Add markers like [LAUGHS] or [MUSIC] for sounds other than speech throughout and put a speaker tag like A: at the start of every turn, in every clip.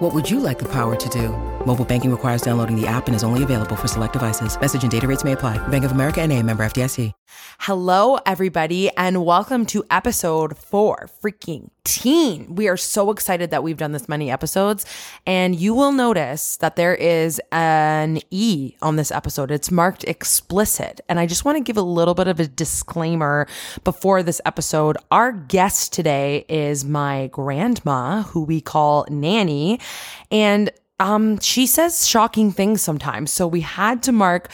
A: What would you like the power to do? Mobile banking requires downloading the app and is only available for select devices. Message and data rates may apply. Bank of America and a member FDIC.
B: Hello, everybody, and welcome to episode four freaking teen. We are so excited that we've done this many episodes, and you will notice that there is an E on this episode. It's marked explicit. And I just want to give a little bit of a disclaimer before this episode. Our guest today is my grandma, who we call Nanny, and um, she says shocking things sometimes. So we had to mark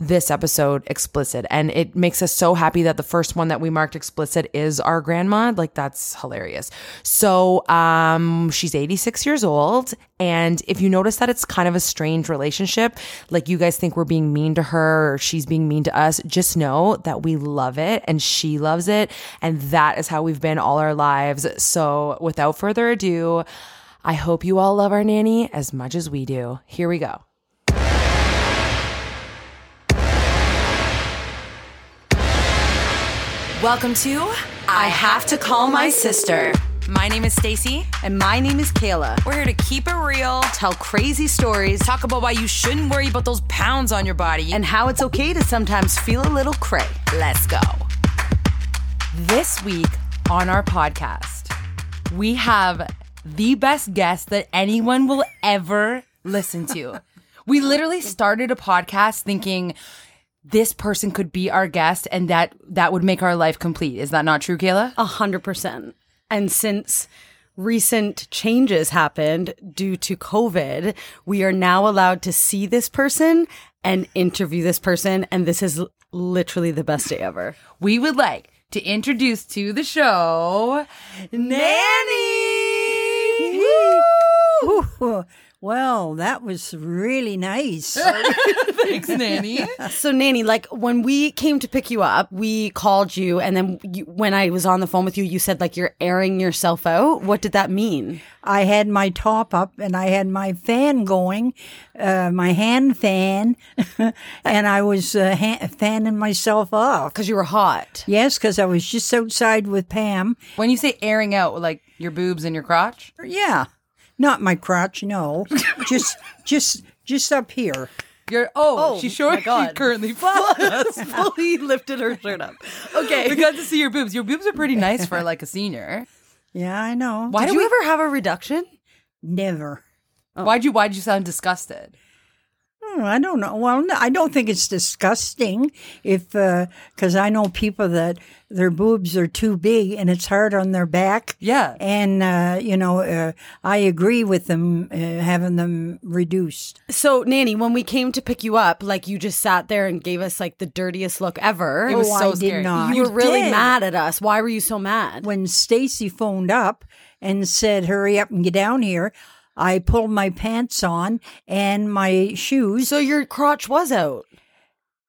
B: this episode explicit and it makes us so happy that the first one that we marked explicit is our grandma like that's hilarious so um she's 86 years old and if you notice that it's kind of a strange relationship like you guys think we're being mean to her or she's being mean to us just know that we love it and she loves it and that is how we've been all our lives so without further ado i hope you all love our nanny as much as we do here we go
C: Welcome to I Have to Call My Sister.
D: My name is Stacy.
C: And my name is Kayla.
D: We're here to keep it real,
C: Tell crazy stories
D: talk about why you shouldn't worry about those pounds on your body.
C: and how it's okay to sometimes feel a little cray.
D: let's go.
B: This week on our podcast, we have the best guest that anyone will ever listen
D: [LAUGHS]
B: to. We literally started a podcast thinking this person could be our guest and that that would make our life complete. Is that not true, Kayla?
C: A hundred percent. And since recent changes happened due to COVID, we are now allowed to see this person and interview this person. And this is l- literally the best day ever.
E: we would like to introduce to the show Nanny.
F: Ooh, well, that was really nice.
E: [LAUGHS] Thanks, Nanny.
C: [LAUGHS] So, Nanny, like when we came to pick you up, we called you, and then you, when I was on the phone with you, you said like you're airing yourself out. What did that mean?
F: I had my top up and I had my fan going, uh, my hand fan, [LAUGHS] and I was uh, ha- fanning myself off.
C: Because you were hot. [LAUGHS]
F: Yes, because I was just outside with Pam.
E: When you say airing out, like your boobs and your crotch,
F: Yeah, not my crotch, no, just just just up here.
E: you're oh,
C: Oh,
E: she's sure
C: my
E: she's [LAUGHS]
C: God. [LAUGHS]
E: currently flawless.
C: Fully lifted her shirt up. Oh,
E: we
C: Okay.
E: got to see your boobs. Your boobs are pretty nice for like a senior.
F: Yeah, I know.
E: Why
C: Did
E: do
C: you
E: we?
C: ever have a reduction? Oh.
F: Never.
E: Why'd you? Why'd you sound disgusted?
F: Hmm, I don't know. Well, no, I don't think it's disgusting if because I know people that their boobs are too big and it's hard on their back.
E: Yeah.
F: and uh, you know, uh, I agree with them uh, having them reduced.
C: So, Nanny, when we came to pick you up, like you just sat there and gave us like the dirtiest look ever.
E: It was
F: oh,
E: so
F: I
E: scary.
F: did not.
C: you were really
F: did.
C: mad at us. Why were you so mad?
F: When Stacy phoned up and said, "Hurry up and get down here," I pulled my pants on and my shoes,
C: so your crotch was out.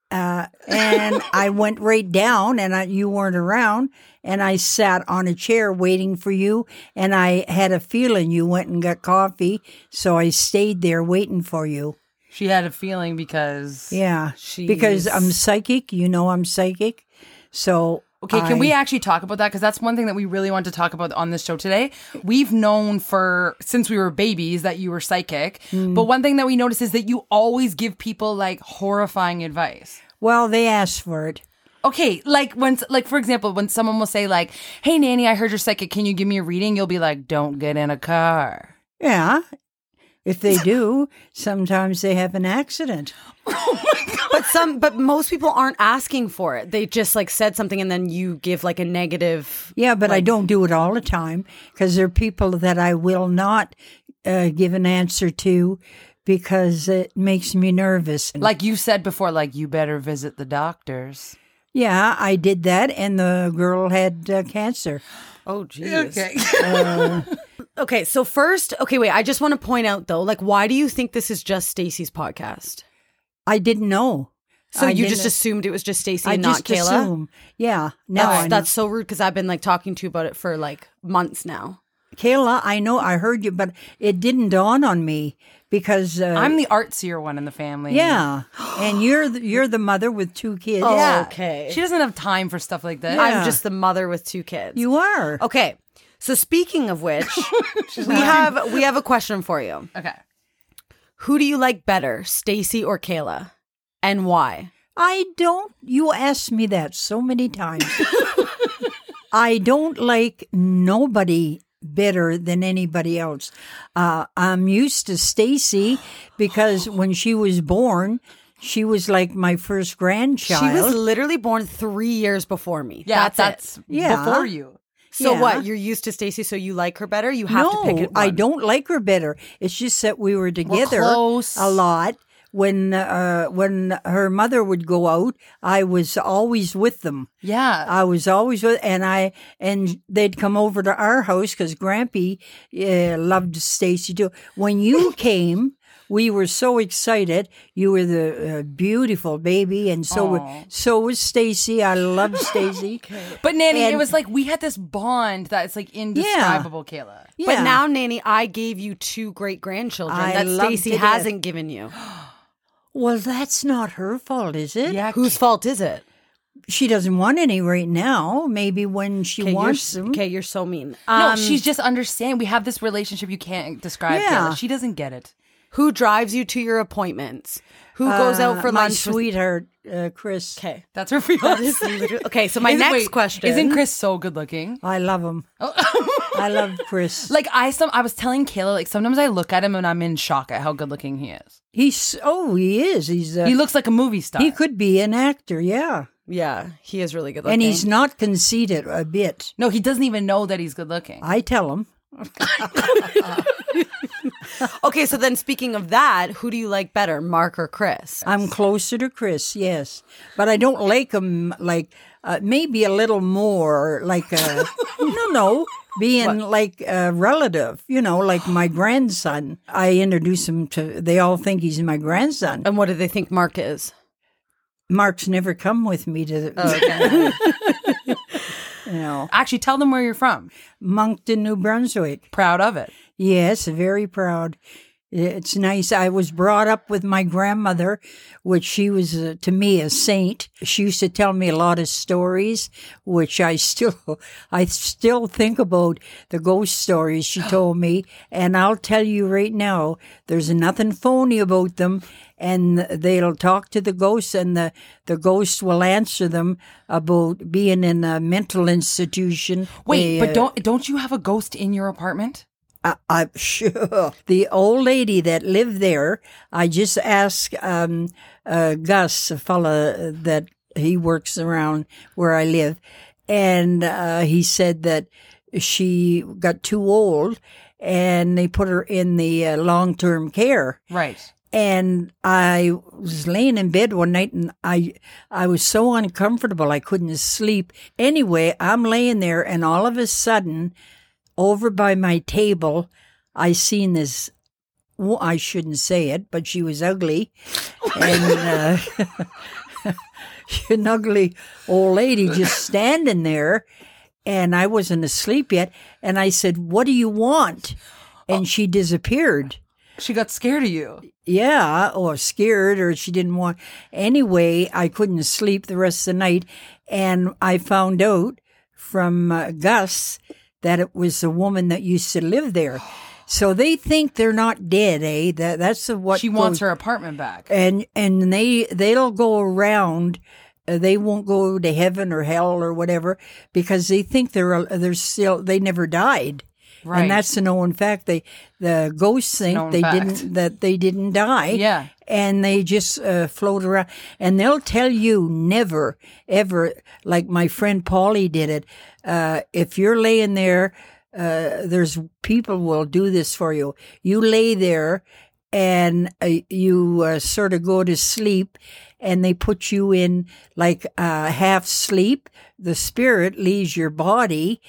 E: [LAUGHS]
F: and I went right down. And I, you weren't around, and I sat on a chair waiting for you. And I had a feeling you went and got coffee, so I stayed there waiting for you.
E: She had a feeling because
F: Yeah, because I'm psychic. You know, I'm psychic. So
E: Okay, can
F: I-
E: we actually talk about that? Because that's one thing that we really want to talk about on this show today. We've known for since we were babies that you were psychic,
F: Hmm.
E: but one thing that we notice is that you always give people like horrifying advice.
F: Well, they asked for it.
E: Okay, like when, like for example, when someone will say like, "Hey, nanny, I heard you're psychic. Can you give me a reading?" You'll be like, "Don't get in a car."
F: Yeah. If they do, sometimes they have an accident.
C: But
F: [LAUGHS]
C: some, but most people aren't asking for it. They just like said something, and then you give like a negative.
F: Yeah, but I don't do it all the time because there are people that I will not uh, give an answer to because it makes me nervous.
E: Like you said before, like you better visit the doctors.
F: yeah, I did that, and the girl had uh, cancer.
C: Oh, jeez. Okay. Okay, so first, okay, wait. I just want to point out though, like, why do you think this is just Stacy's podcast?
F: I didn't know.
C: So
F: I
C: you just
F: didn't-
C: assumed it was just Stacy
F: I
C: and not
F: just
C: Kayla.
F: assume. Yeah. Now
C: That's,
F: I know.
C: that's so rude because I've been like talking to you about it for like months now.
F: Kayla, I know I heard you, but it didn't dawn on me because uh,
E: I'm the artsier one in the family.
F: yeah, and you're the, you're the mother with two kids.
C: Yeah. Oh, Okay.
E: She doesn't have time for stuff like this.
C: I'm just the mother with two kids.
F: you are.
C: okay. So speaking of [LAUGHS] which, we have we have a question for you.
E: Okay.
C: Who do you like better, Stacy or Kayla, and why?
F: I don't. You asked me that so many times. I don't like nobody better than anybody else. Uh, I'm used to Stacy because when she was born, she was like my first grandchild.
C: She was literally born three years before me.
E: Yeah,
C: that's,
E: that's,
C: it.
F: Yeah.
E: before you.
C: So
F: Yeah.
C: what? You're used to Stacy, so you like her better. You have
F: no,
C: to pick it.
F: I
C: one.
F: don't like her better. It's just that we were together
E: close.
F: a lot. When uh, when her mother would go out, I was always with them.
E: Yeah.
F: I was always with, and I and they'd come over to our house because Grampy uh, loved Stacy too. When you came, we were so excited. You were the uh, beautiful baby, and so were, so was Stacy. I love Stacy.
E: but Nanny, it
F: and-
E: was like we had this bond that's like indescribable, Kayla.
C: But now, Nanny, I gave you two great grandchildren
F: I
C: that
F: loved
C: Stacy
F: it.
C: hasn't given [GASPS] you.
F: well, that's not her fault, is it?
C: Whose fault is it?
F: she doesn't want any right now. Maybe when she
C: Okay, you're,
F: wants
C: s-
F: them.
C: okay, you're so mean.
E: No,
C: Um,
E: she's just understand. We have this relationship you can't describe.
F: Yeah.
E: Kayla. She doesn't get it.
C: who drives you to your appointments? Who goes out for
F: my
C: lunch? with-
F: sweetheart, uh, Chris.
C: okay.
E: That's her [LAUGHS] fiance.
F: [LAUGHS]
C: Literally- Okay, so my
E: Isn't-
C: next
E: wait,
C: question
E: Isn't Chris so good looking?
F: I love him. I love Chris.
E: Like I some I was telling Kayla, like sometimes I look at him and I'm in shock at how good looking he is.
F: He's oh, he is. He's uh,
E: He looks like a movie star.
F: he could be an actor. Yeah,
C: Yeah, he is really good looking.
F: and he's not conceited a bit.
E: no, he doesn't even know that he's good looking.
F: I tell him.
C: okay. So then, speaking of that, who do you like better, Mark or Chris?
F: I'm closer to Chris, yes, but I don't like him like uh, maybe a little more like uh, no, no, being like a relative, you know, like my grandson. I introduce him to. They all think he's my grandson.
C: And what do they think
E: [LAUGHS]
C: Mark is?
F: Mark's never come with me to
C: Oh.
F: the, you know
E: Actually, tell them where you're from.
F: Moncton, New Brunswick.
E: Proud of it.
F: Yes, very proud. It's nice. I was brought up with my grandmother, which she was uh, to me a saint. She used to tell me a lot of stories, which I still, [LAUGHS] I still think about the ghost
E: [GASPS]
F: stories she told me. And I'll tell you right now, there's nothing phony about them. And they'll talk to the ghosts, and the the ghosts will answer them about being in a mental institution.
E: Wait,
F: They,
E: but don't don't you have a ghost in your apartment?
F: I, I'm sure the old lady that lived there. I just asked um, uh, Gus, a fella that he works around where I live, and uh, he said that she got too old, and they put her in the uh, long-term care
E: Right.
F: and I was laying in bed one night and I I was so uncomfortable I couldn't sleep. Anyway, I'm laying there and all of a sudden over by my table I seen this well, I shouldn't say it, but she was ugly. And uh, [LAUGHS] an ugly old lady just standing there and I wasn't asleep yet and I said, "What do you want?" And she disappeared.
E: She got scared of you.
F: Yeah, or scared, or she didn't want. Anyway, I couldn't sleep the rest of the night, and I found out from uh, Gus that it was the woman that used to live there. So they think they're not dead, eh? That that's the- what Eh?
E: she wants
F: goes-
E: her apartment back.
F: and and they they'll go around. uh, They won't go to heaven or hell or whatever because they think they're al- they're still they never died,
E: Right.
F: and that's a known fact. They the ghosts think
E: known
F: they
E: fact.
F: didn't that they didn't die.
E: Yeah.
F: and they just uh, float around, and they'll tell you never ever like my friend Paulie did it. Uh, if you're laying there uh, there's people will do this for you. You lay there and uh, you uh, sort of go to sleep and they put you in like uh, half sleep. The spirit leaves your body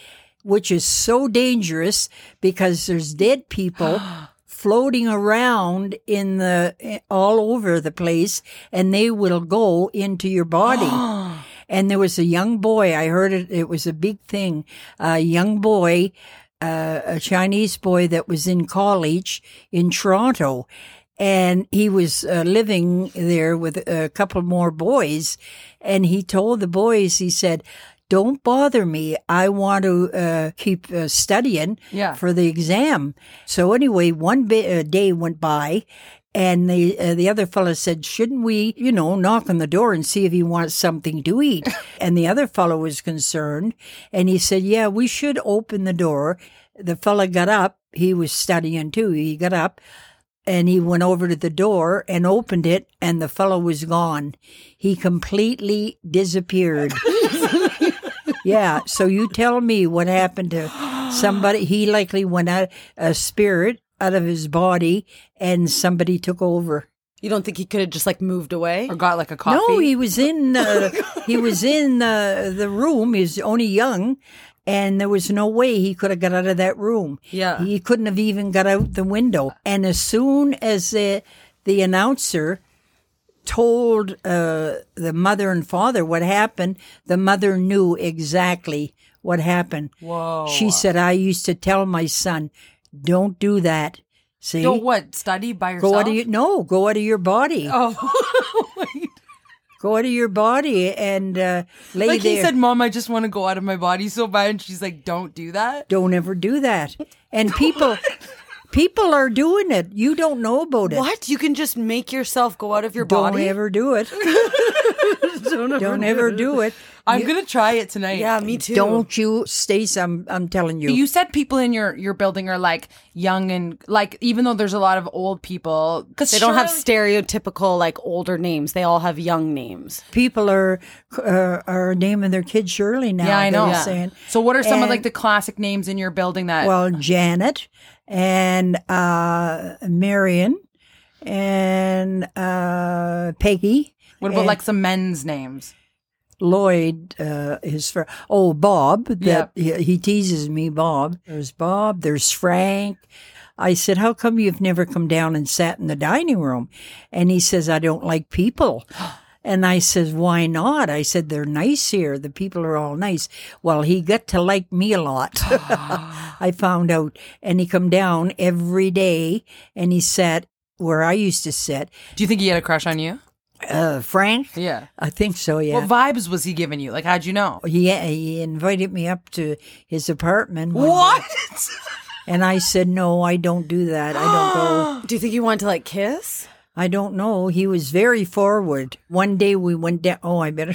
F: which is so dangerous because there's dead people [GASPS] floating around in the eh, all over the place and they will go into your body. and there was a young boy, I heard it it was a big thing. A young boy uh, a Chinese boy that was in college in Toronto. And he was uh, living there with a couple more boys. And he told the boys, he said, don't bother me. I want to uh, keep uh, studying
E: Yeah.
F: for the exam. So anyway, one ba- uh, day went by, and the uh, the other fellow said, "Shouldn't we, you know, knock on the door and see if he wants something to eat?" and the other fellow was concerned, and he said, "Yeah, we should open the door." The fellow got up. He was studying too. He got up. And he went over to the door and opened it, and the fellow was gone. He completely disappeared. Yeah. So you tell me what happened to somebody. He likely went out a spirit out of his body, and somebody took over.
C: You don't think he could have just like moved away?
E: Or got like a coffee.
F: No, he was in uh, he was in uh, the room. He's only young, and there was no way he could have got out of that room.
C: Yeah.
F: he couldn't have even got out the window. And as soon as the the announcer told uh, the mother and father what happened, the mother knew exactly what happened. Whoa! She said, "I used to tell my son, don't do that." See,
E: Yo, what? Study by yourself?
F: go out of your no, go out of your body
E: Oh, [LAUGHS]
F: go out of your body and uh, lay
E: like
F: there.
E: he said, Mom, I just want to go out of my body so bad. And she's like, Don't do that.
F: don't ever do
E: [LAUGHS]
F: that. And people, people are doing it. You don't know about it.
C: What? You can just make yourself go out of your
F: Don't
C: body?
F: ever do
E: [LAUGHS]
F: it. don't ever do it.
E: I'm gonna try it tonight.
C: yeah, me too.
F: Don't you, Stace? I'm, I'm telling you.
E: You said people in your your building are like young and like even though there's a lot of old people because
C: They don't have stereotypical like older names. They all have
E: [GASPS]
C: young names.
F: people are uh, are naming their kids Shirley now.
E: Yeah, I
F: they
E: know.
F: were Saying.
E: So what are some of like
F: And-
E: the classic names in your building that?
F: Well, Janet and uh, Marion and uh, Peggy.
E: what about
F: and-
E: like some men's names?
F: Lloyd, uh, his fr- oh Bob, that he, he teases me. Bob, there's Bob, there's Frank. I said, "How come you've never come down and sat in the dining room?" And he says, "I don't like people." And I says, "Why not?" I said, "They're nice here. The people are all nice." Well, he got to like me a lot. [LAUGHS] I found out, and he come down every day, and he sat where I used to sit.
E: Do you think he had a crush on you?
F: Uh, Frank,
E: Yeah.
F: I think so. Yeah.
E: What vibes was he giving you? Like, how'd you know?
F: he he invited me up to his apartment. one
E: What?
F: day, and I said, "No, I don't do that. I
C: [GASPS]
F: don't go.
C: Do you think you want to like kiss?
F: I don't know." He was very forward. One day we went down. Oh, I better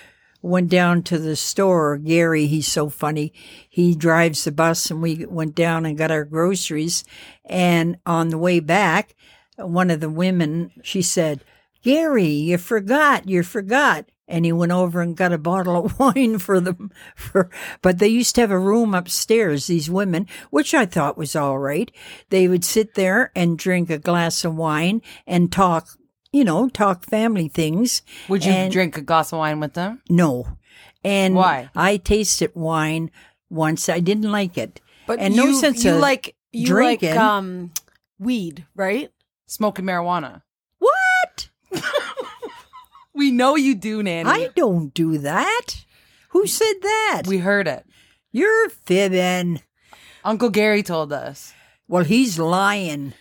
F: [LAUGHS] went down to the store. Gary, he's so funny. He drives the bus, and we went down and got our groceries. And on the way back, one of the women she said, "Gary, you forgot. You forgot." And he went over and got a bottle of [LAUGHS] wine for them. For but they used to have a room upstairs. These women, which I thought was all right, they would sit there and drink a glass of wine and talk. You know, talk family things.
E: Would you
F: And-
E: drink a glass of wine with them?
F: no. And
E: Why?
F: I tasted wine once. I didn't like it. and
C: you,
F: no sense
C: you
F: of
C: like you
F: drinking.
C: like um weed, right?
E: Smoking marijuana.
F: what?
E: We know you do, Nanny.
F: I don't do that. Who said that?
E: we heard it.
F: You're fibbing.
E: Uncle Gary told us.
F: Well,
E: [LAUGHS]
F: he's lying.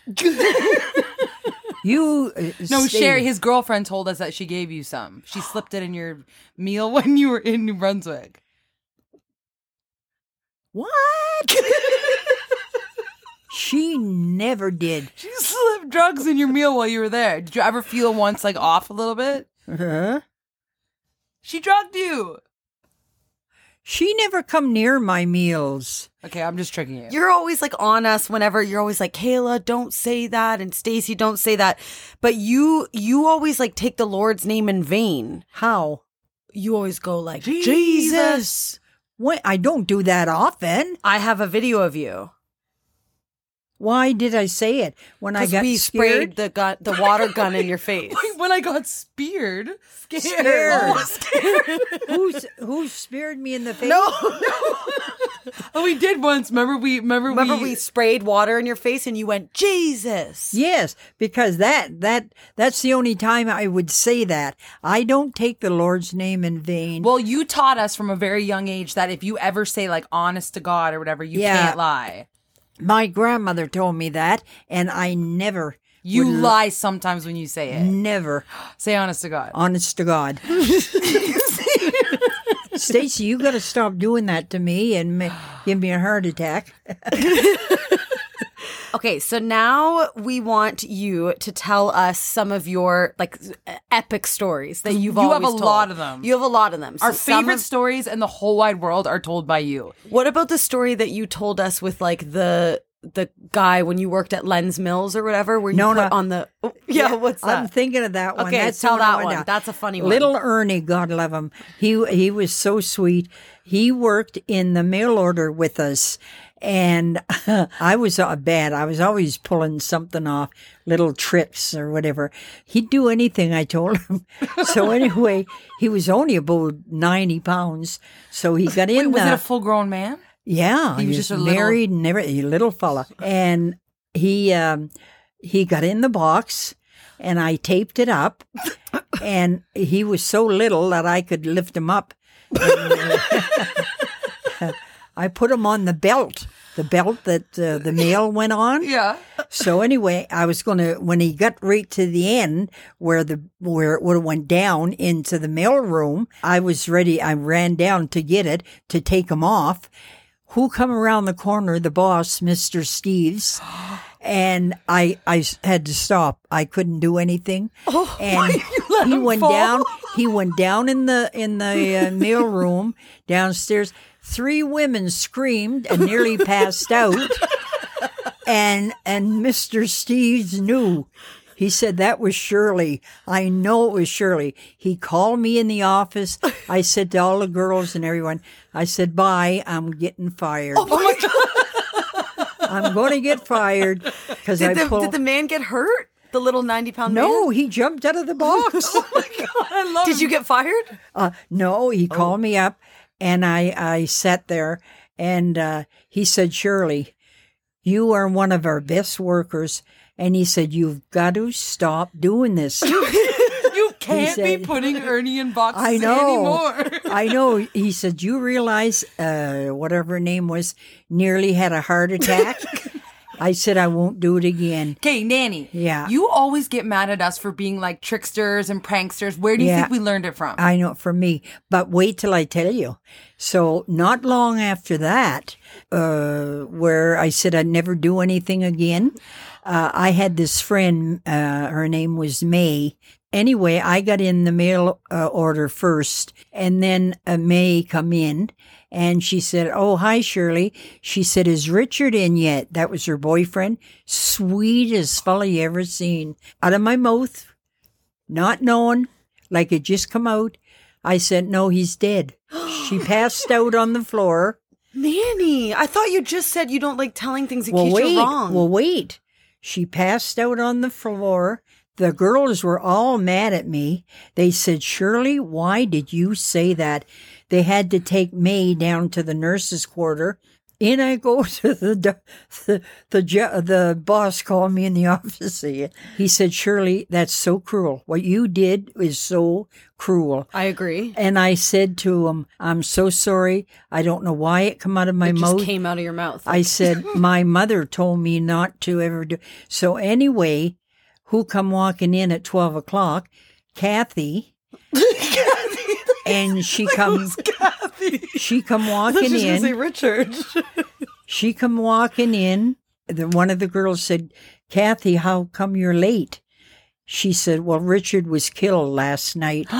F: you uh,
E: No,
F: stay-
E: Sherry, his girlfriend told us that she gave you some. She slipped it in your meal [LAUGHS] when you were in New Brunswick.
F: What?
E: [LAUGHS]
F: she never did.
E: She [LAUGHS] slipped drugs in your meal while you were there. Did you ever feel once like off a little bit?
F: Huh?
E: She drugged you.
F: She never come near my meals.
E: Okay, I'm just tricking you.
C: You're always like on us whenever you're always like, Kayla, don't say that, and Stacy, don't say that. But you you always like take the Lord's name in vain.
F: How?
C: You always go like Jesus.
F: What? I don't do that often.
C: I have a video of you.
F: Why did I say it when I
C: 'Cause
F: got
C: we [LAUGHS]
F: scared?
C: sprayed the gun the water gun in your face.
E: [LAUGHS] when I got speared.
F: [LAUGHS] Scared. Oh, Who's who speared me in the face?
E: Oh, we did once. Remember we remember,
C: Remember,
E: we,
C: we sprayed water in your face and you went, Jesus.
F: Yes, because that that that's the only time I would say that. I don't take the Lord's name in vain.
E: Well, you taught us from a very young age that if you ever say like honest to God or whatever, you
F: Yeah.
E: can't lie.
F: My grandmother told me that, and I never,
E: You lie sometimes when you say it.
F: never,
E: Say honest to God.
F: honest to [LAUGHS] God. Stacy, you got to stop doing that to me and ma- give me a heart attack.
C: Okay, so now we want you to tell us some of your like e-, epic stories that you've
E: You have
C: always
E: a
C: told.
E: lot of them.
C: You have Mm-hmm. a lot of them.
E: Our
C: So some
E: favorite
C: of-
E: stories in the whole wide world are told by you.
C: What about the story that you told us with like the the guy when you worked at Lens Mills or whatever, where you
F: No,
C: put
F: no.
C: on the oh, yeah, What's that?
F: I'm thinking of that one.
C: Okay,
F: That's the
C: tell
F: I
C: that
F: went
C: one.
F: down.
C: That's a funny one.
F: Little Ernie, God love him. He he was so sweet. He worked in the mail order with us, and [LAUGHS] I was uh, bad. I was always pulling something off, little tricks or whatever. He'd do anything I told him. [LAUGHS] so anyway, he was only about ninety pounds, so
C: [LAUGHS]
F: he got in.
E: Was
F: the-
E: it a full grown man?
F: yeah,
E: He was just a little-
F: married and everything, a
E: [LAUGHS]
F: little fella, and he um, he got in the box, and I taped it
E: [LAUGHS]
F: up, and he was so little that I could lift him up. uh, [LAUGHS] I put him on the belt, the belt that uh, the mail went
E: [LAUGHS]
F: on.
E: Yeah.
F: So anyway, I was going to when he got right to the end where the where it would have went down into the mail room. I was ready. I ran down to get it to take him off. Who come around the corner? The boss, Mister Steves, and I. I s- had to stop. I couldn't do anything. Oh, and he went down. He went down in the in the uh, mail room downstairs. Three women screamed and nearly passed out and and Mr. Steves knew. He said that was Shirley. I know it was Shirley. He called me in the office. I said to all the girls and everyone, I said, "Bye, I'm getting
C: Oh
F: fired. I'm going to get fired because I
C: did, the,
F: pulled."
C: did the man get hurt? The little ninety pound
F: no,
C: man.
F: he jumped out of
C: [LAUGHS]
F: the box.
C: Did you get fired?
F: Uh, no, he called me up, and I I sat there, and uh, he said, "Shirley, you are one of our best workers," and he said, "You've got to stop doing this."
E: You can't
F: said-
E: be putting Ernie in boxes
F: I know.
E: anymore. [LAUGHS]
F: [LAUGHS] I know. He said, "You realize uh, whatever her name was nearly had a heart attack." I said, "I won't do it again."
E: Okay, Nanny.
F: Yeah.
E: You always get mad at us for being like tricksters and pranksters. Where do you
F: Yeah.
E: think we learned it from?
F: I know for me, but wait till I tell you. So not long after that, uh, where I said I'd never do anything again, uh, I had this friend. Uh, her name was May. Anyway, I got in the mail uh, order first, and then uh, May come in, and she said, "Oh, hi, Shirley." She said, "Is Richard in yet?" That was her boyfriend, sweetest fella you ever seen. Out of my mouth, not knowing, like it just come out. I said, "No, he's dead." She passed out on the floor.
C: Nanny, I thought you just said you don't like telling things in
F: Well,
C: case
F: wait.
C: you're wrong.
F: Well, wait. She passed out on the floor. The girls were all mad at me. They said, "Shirley, why did you say that?" They had to take May down to the nurses' quarter. In I go [LAUGHS] to the do- the the, ju- the boss called me in the [LAUGHS] office. He said, "Shirley, that's so cruel. What you did is so cruel."
C: I agree.
F: And I said to him, I'm so sorry. I don't know why it come out of my
C: It just
F: mouth.
C: came out of your mouth. [LAUGHS]
F: I said, my mother told me not to ever do. So anyway, who come walking in at 12 o'clock?
C: [LAUGHS]
F: Kathy. and she comes, she come walking in.
C: Richard. [LAUGHS]
F: She come walking in. The, one of the girls said, Kathy, how come you're late? She said, well, Richard was killed last night.
E: [GASPS]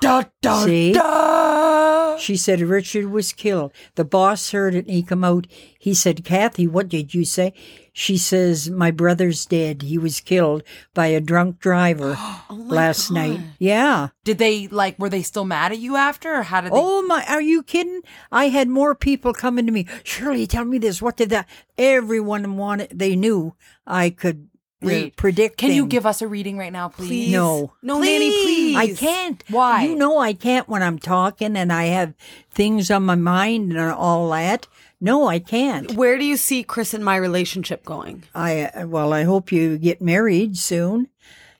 E: da, da,
F: See?
E: da.
F: She said Richard was killed. The boss heard it and he come out. He said, Kathy, what did you say? She says, My brother's dead. He was killed by a drunk
E: [GASPS]
F: driver
E: Oh
F: last night. Yeah.
E: Did they like were they still mad at you after or how did they
F: Oh my are you kidding? I had more people coming to me. Shirley, tell me this. What did that everyone wanted they knew I could
E: Read.
F: predict
E: Can you
F: things.
E: give us a reading right now, please?
C: Please.
F: No.
C: No, Nanny, please.
F: I can't.
E: Why?
F: You know I can't when I'm talking and I have things on my mind and all that. No, I can't.
C: Where do you see Chris and my relationship going?
F: I well, I hope you get married soon,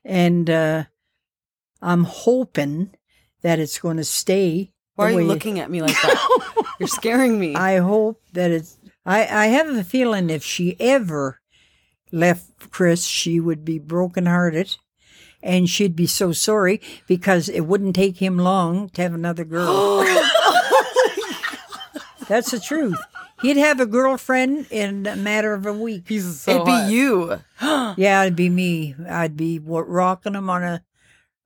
F: and uh, I'm hoping that it's going to stay.
C: Why are
F: the
C: you
F: way-
C: looking at me like that? [LAUGHS] You're scaring me.
F: I hope that it's. I I have a feeling if she ever left Chris, she would be brokenhearted. And she'd be so sorry because it wouldn't take him long to have another girl.
C: [GASPS]
F: That's the truth. He'd have a girlfriend in a matter of a week.
E: He's so
C: It'd be
E: hot.
C: you.
F: Yeah, it'd be me. I'd be wa- rocking him on a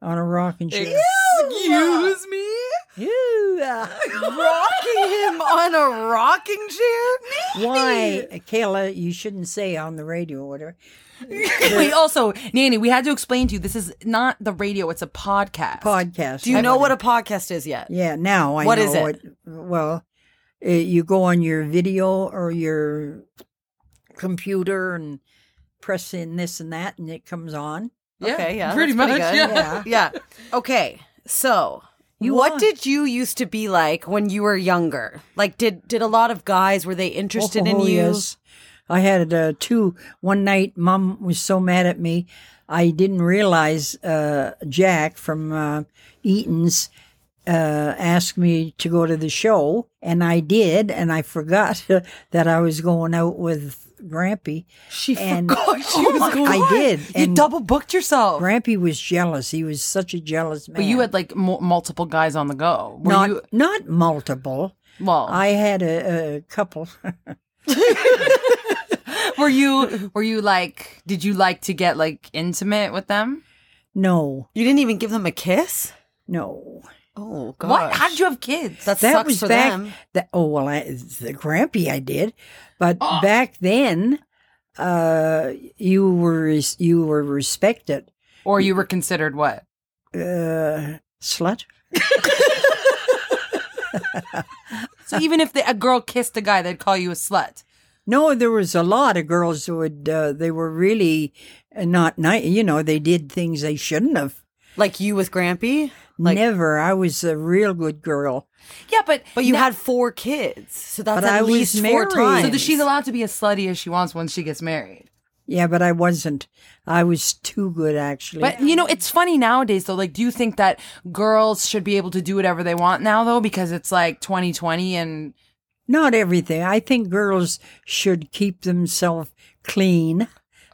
F: on a rocking chair.
E: Excuse me?
C: Rocking him on a rocking chair?
F: Why, Kayla? You shouldn't say on the radio or whatever.
E: [LAUGHS] Wait, also, Nanny, we had to explain to you this is not the radio, it's a podcast.
F: Podcast.
C: Do you know what a podcast is yet?
F: Yeah, now I
C: What
F: know
C: is it?
F: well, uh you go on your video or your computer and press in this and that, and it comes on.
E: Yeah,
C: Okay, yeah,
E: Pretty
C: that's
E: much.
C: pretty good.
E: yeah.
F: Yeah.
C: Yeah. Okay. So,
F: You
C: what
F: are.
C: did you used to be like when you were younger? Like, did did a lot of guys were they interested in
F: Oh,
C: you?
F: yes. I had uh, two. One night, mom was so mad at me. I didn't realize uh, Jack from uh, Eaton's uh, asked me to go to the show, and I did, and I forgot [LAUGHS] that I was going out with Grampy.
E: She
F: And- Oh,
E: forgot she was going.
F: I did.
E: You
F: and-
E: double booked yourself.
F: Grampy was jealous. He was such a jealous man.
E: But you had like m- multiple guys on the go. Were
F: not
E: you,
F: not multiple.
E: well,
F: I had a, a couple.
E: [LAUGHS]
F: [LAUGHS]
E: were [LAUGHS] you were you like did you like to get like intimate with them?
F: no,
C: You didn't even give them a kiss.
F: no.
C: Oh God!
E: What? How did you have kids?
C: That,
F: That
C: sucks
F: was
C: for
F: back.
C: them.
F: That oh well, I, the Grampy I did, but back then, uh, you were res- you were respected.
E: or you were considered what?
F: Uh, slut.
E: So even if the, a girl kissed a guy, they'd call you a slut.
F: No, there was a lot of girls who would. Uh, they were really uh, not nice. You know, they did things they shouldn't have.
C: Like you with Grampy. Like,
F: Never. I was a real good girl.
E: Yeah, but
C: but you
E: now-
C: had four kids, so that's
F: But
C: at
F: I was
C: least four
F: married.
C: times.
E: so that she's allowed to be as slutty as she wants once she gets married.
F: Yeah, but I wasn't. I was too good, actually.
E: But you know, it's funny nowadays though. Like, do you think that girls should be able to do whatever they want now though? Because it's like 2020 and
F: Not everything. I think girls should keep themselves clean.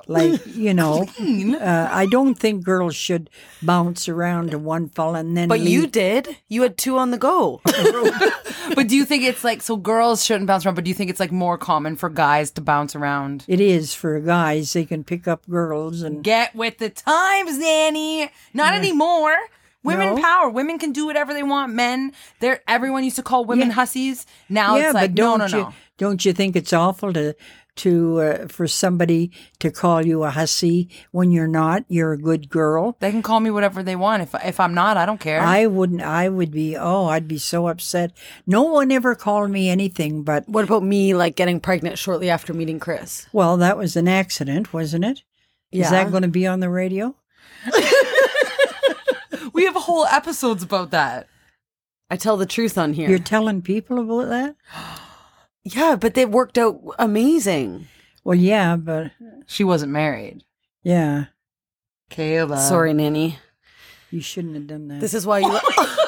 F: Like, you
E: [LAUGHS]
F: know, uh, I don't think girls should bounce around to one fella and then
C: but
F: leave.
C: you did. You had two on the
F: [LAUGHS]
C: go.
E: but do you think it's like so girls shouldn't bounce around, but do you think it's like more common for guys to bounce around?
F: It is for guys. They can pick up girls and
E: Get with the times, Nanny. Not anymore. Women
F: No.
E: power. Women can do whatever they want. Men, they're everyone used to call women hussies. Now
F: yeah,
E: it's like
F: but
E: no,
F: don't
E: no,
F: you
E: no.
F: don't you think it's awful to to uh, for somebody to call you a hussy when you're not? You're a good girl.
E: They can call me whatever they want. If if I'm not, I don't care.
F: I wouldn't. I would be. Oh, I'd be so upset. No one ever called me anything, but
C: what about me? Like getting pregnant shortly after meeting Chris.
F: well, that was an accident, wasn't it? Is that going to be on the radio?
E: we have whole episodes about that.
C: I tell the truth on here.
F: You're telling people about that?
C: yeah, but they worked out amazing.
F: Well, yeah, but
E: She wasn't married.
F: yeah,
E: Kayla.
C: Sorry, Nanny.
F: you shouldn't have done that.
C: This is why you. [LAUGHS]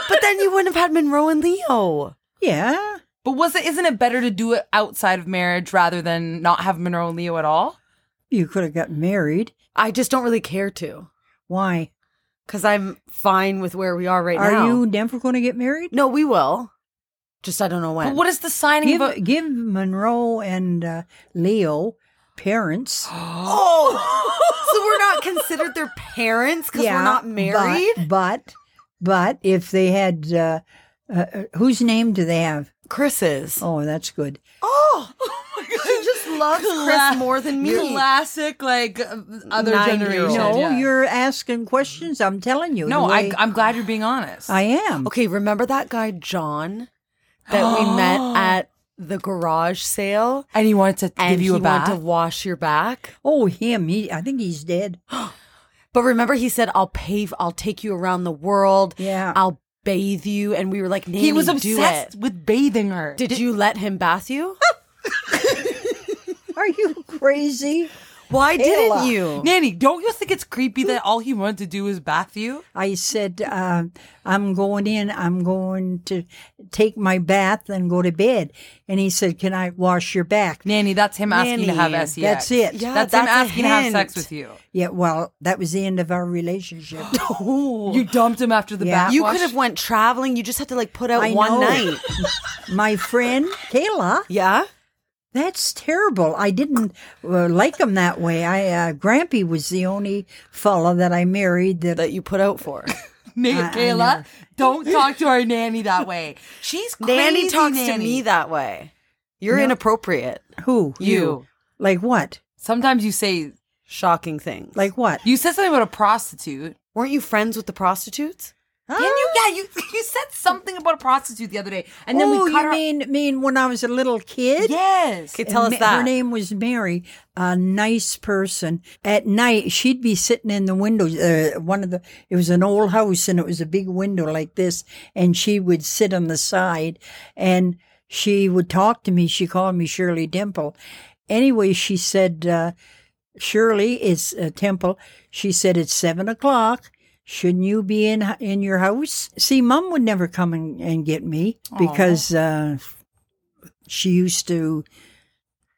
C: but then you wouldn't have had Monroe and Leo.
F: yeah,
E: But was it isn't it better to do it outside of marriage rather than not have Monroe and Leo at all?
F: you could have got married.
C: I just don't really care to
F: Why?
C: because I'm fine with where we are right
F: Are
C: now.
F: you never going to get married?
C: No, we will. Just I don't know when.
E: But what is the signing
F: Give
E: of a
F: give Monroe and uh, Leo
C: [GASPS]
F: parents.
C: oh, [GASPS] so we're not considered their parents because we're not
F: but-
C: married.
F: But but if they had, uh, uh, whose name do they have?
C: Chris
F: [LAUGHS]
C: is.
F: Oh, that's good.
C: Oh, she just loves
E: Cla-
C: Chris more than me.
E: Classic, like uh, other generation.
C: Nine-year-old. Said,
F: No,
E: yeah.
F: you're asking questions. I'm telling you.
E: No,
F: the
E: I,
F: way-
E: I'm glad you're being honest.
F: I am.
C: Okay, remember that guy John that we met at the garage sale
B: And he wanted to
C: and
B: give you
C: he
B: a bath.
C: wanted to wash your back.
F: Oh, him. He, I think he's dead.
C: But remember, he said, "I'll pave. I'll take you around the world.
F: Yeah.
C: I'll bathe you." And we were like, "Nanny,
E: He was
C: do
E: obsessed
C: it."
E: with bathing her.
C: Did you let him bath
F: [LAUGHS]
C: you?
E: [LAUGHS]
F: Are you crazy?
C: Why didn't
F: Ella.
C: you?
E: Nanny, don't you think it's creepy that all he wanted to do was bath you?
F: I said, uh, I'm going in. I'm going to take my bath and go to bed. And he said, Can I wash your back?
E: Nanny, that's him asking to have E
C: Nanny,
E: sex.
F: E that's it.
C: Yeah,
E: that's, him
C: that's a
E: asking to have
C: hint.
E: sex with you.
F: Yeah, well, that was the end of
E: [GASPS]
F: our relationship.
E: You dumped him after the
F: Yeah.
E: bath.
C: You
E: wash?
C: could have went traveling. You just had to like put out
F: I
C: one
F: know.
C: night.
F: [LAUGHS] my friend, Kayla,
C: Yeah.
F: that's terrible. I didn't uh, like him that way. I uh, Grampy was the only fella that I married that
C: That you put out
F: [LAUGHS]
C: for. [LAUGHS]
E: Na- Kayla, don't talk to our nanny that way. She's crazy.
C: [LAUGHS] Nanny talks to
E: nanny.
C: me that way. You're inappropriate.
F: who
E: You.
F: like what
E: Sometimes you say
C: Shocking things.
F: like what
E: you said something about a prostitute.
C: weren't you friends with the prostitutes?
E: Didn't you? Yeah, you [LAUGHS] you said something about a prostitute the other day, and then
F: oh,
E: we cut
F: you
E: her.
F: mean mean when I was a little kid?
E: yes.
C: Okay, tell
F: And
C: us
F: Ma-
C: that.
F: Her name was Mary, a nice person. At night, she'd be sitting in the window. Uh, one of the it was an old house, and it was a big window like this. And she would sit on the side, and she would talk to me. She called me Shirley Dimple. Anyway, she said, uh, "Shirley, it's uh, Temple." She said, "It's seven o'clock." Shouldn't you be in in your house? See, Mum would never come and, and get me because uh, she used to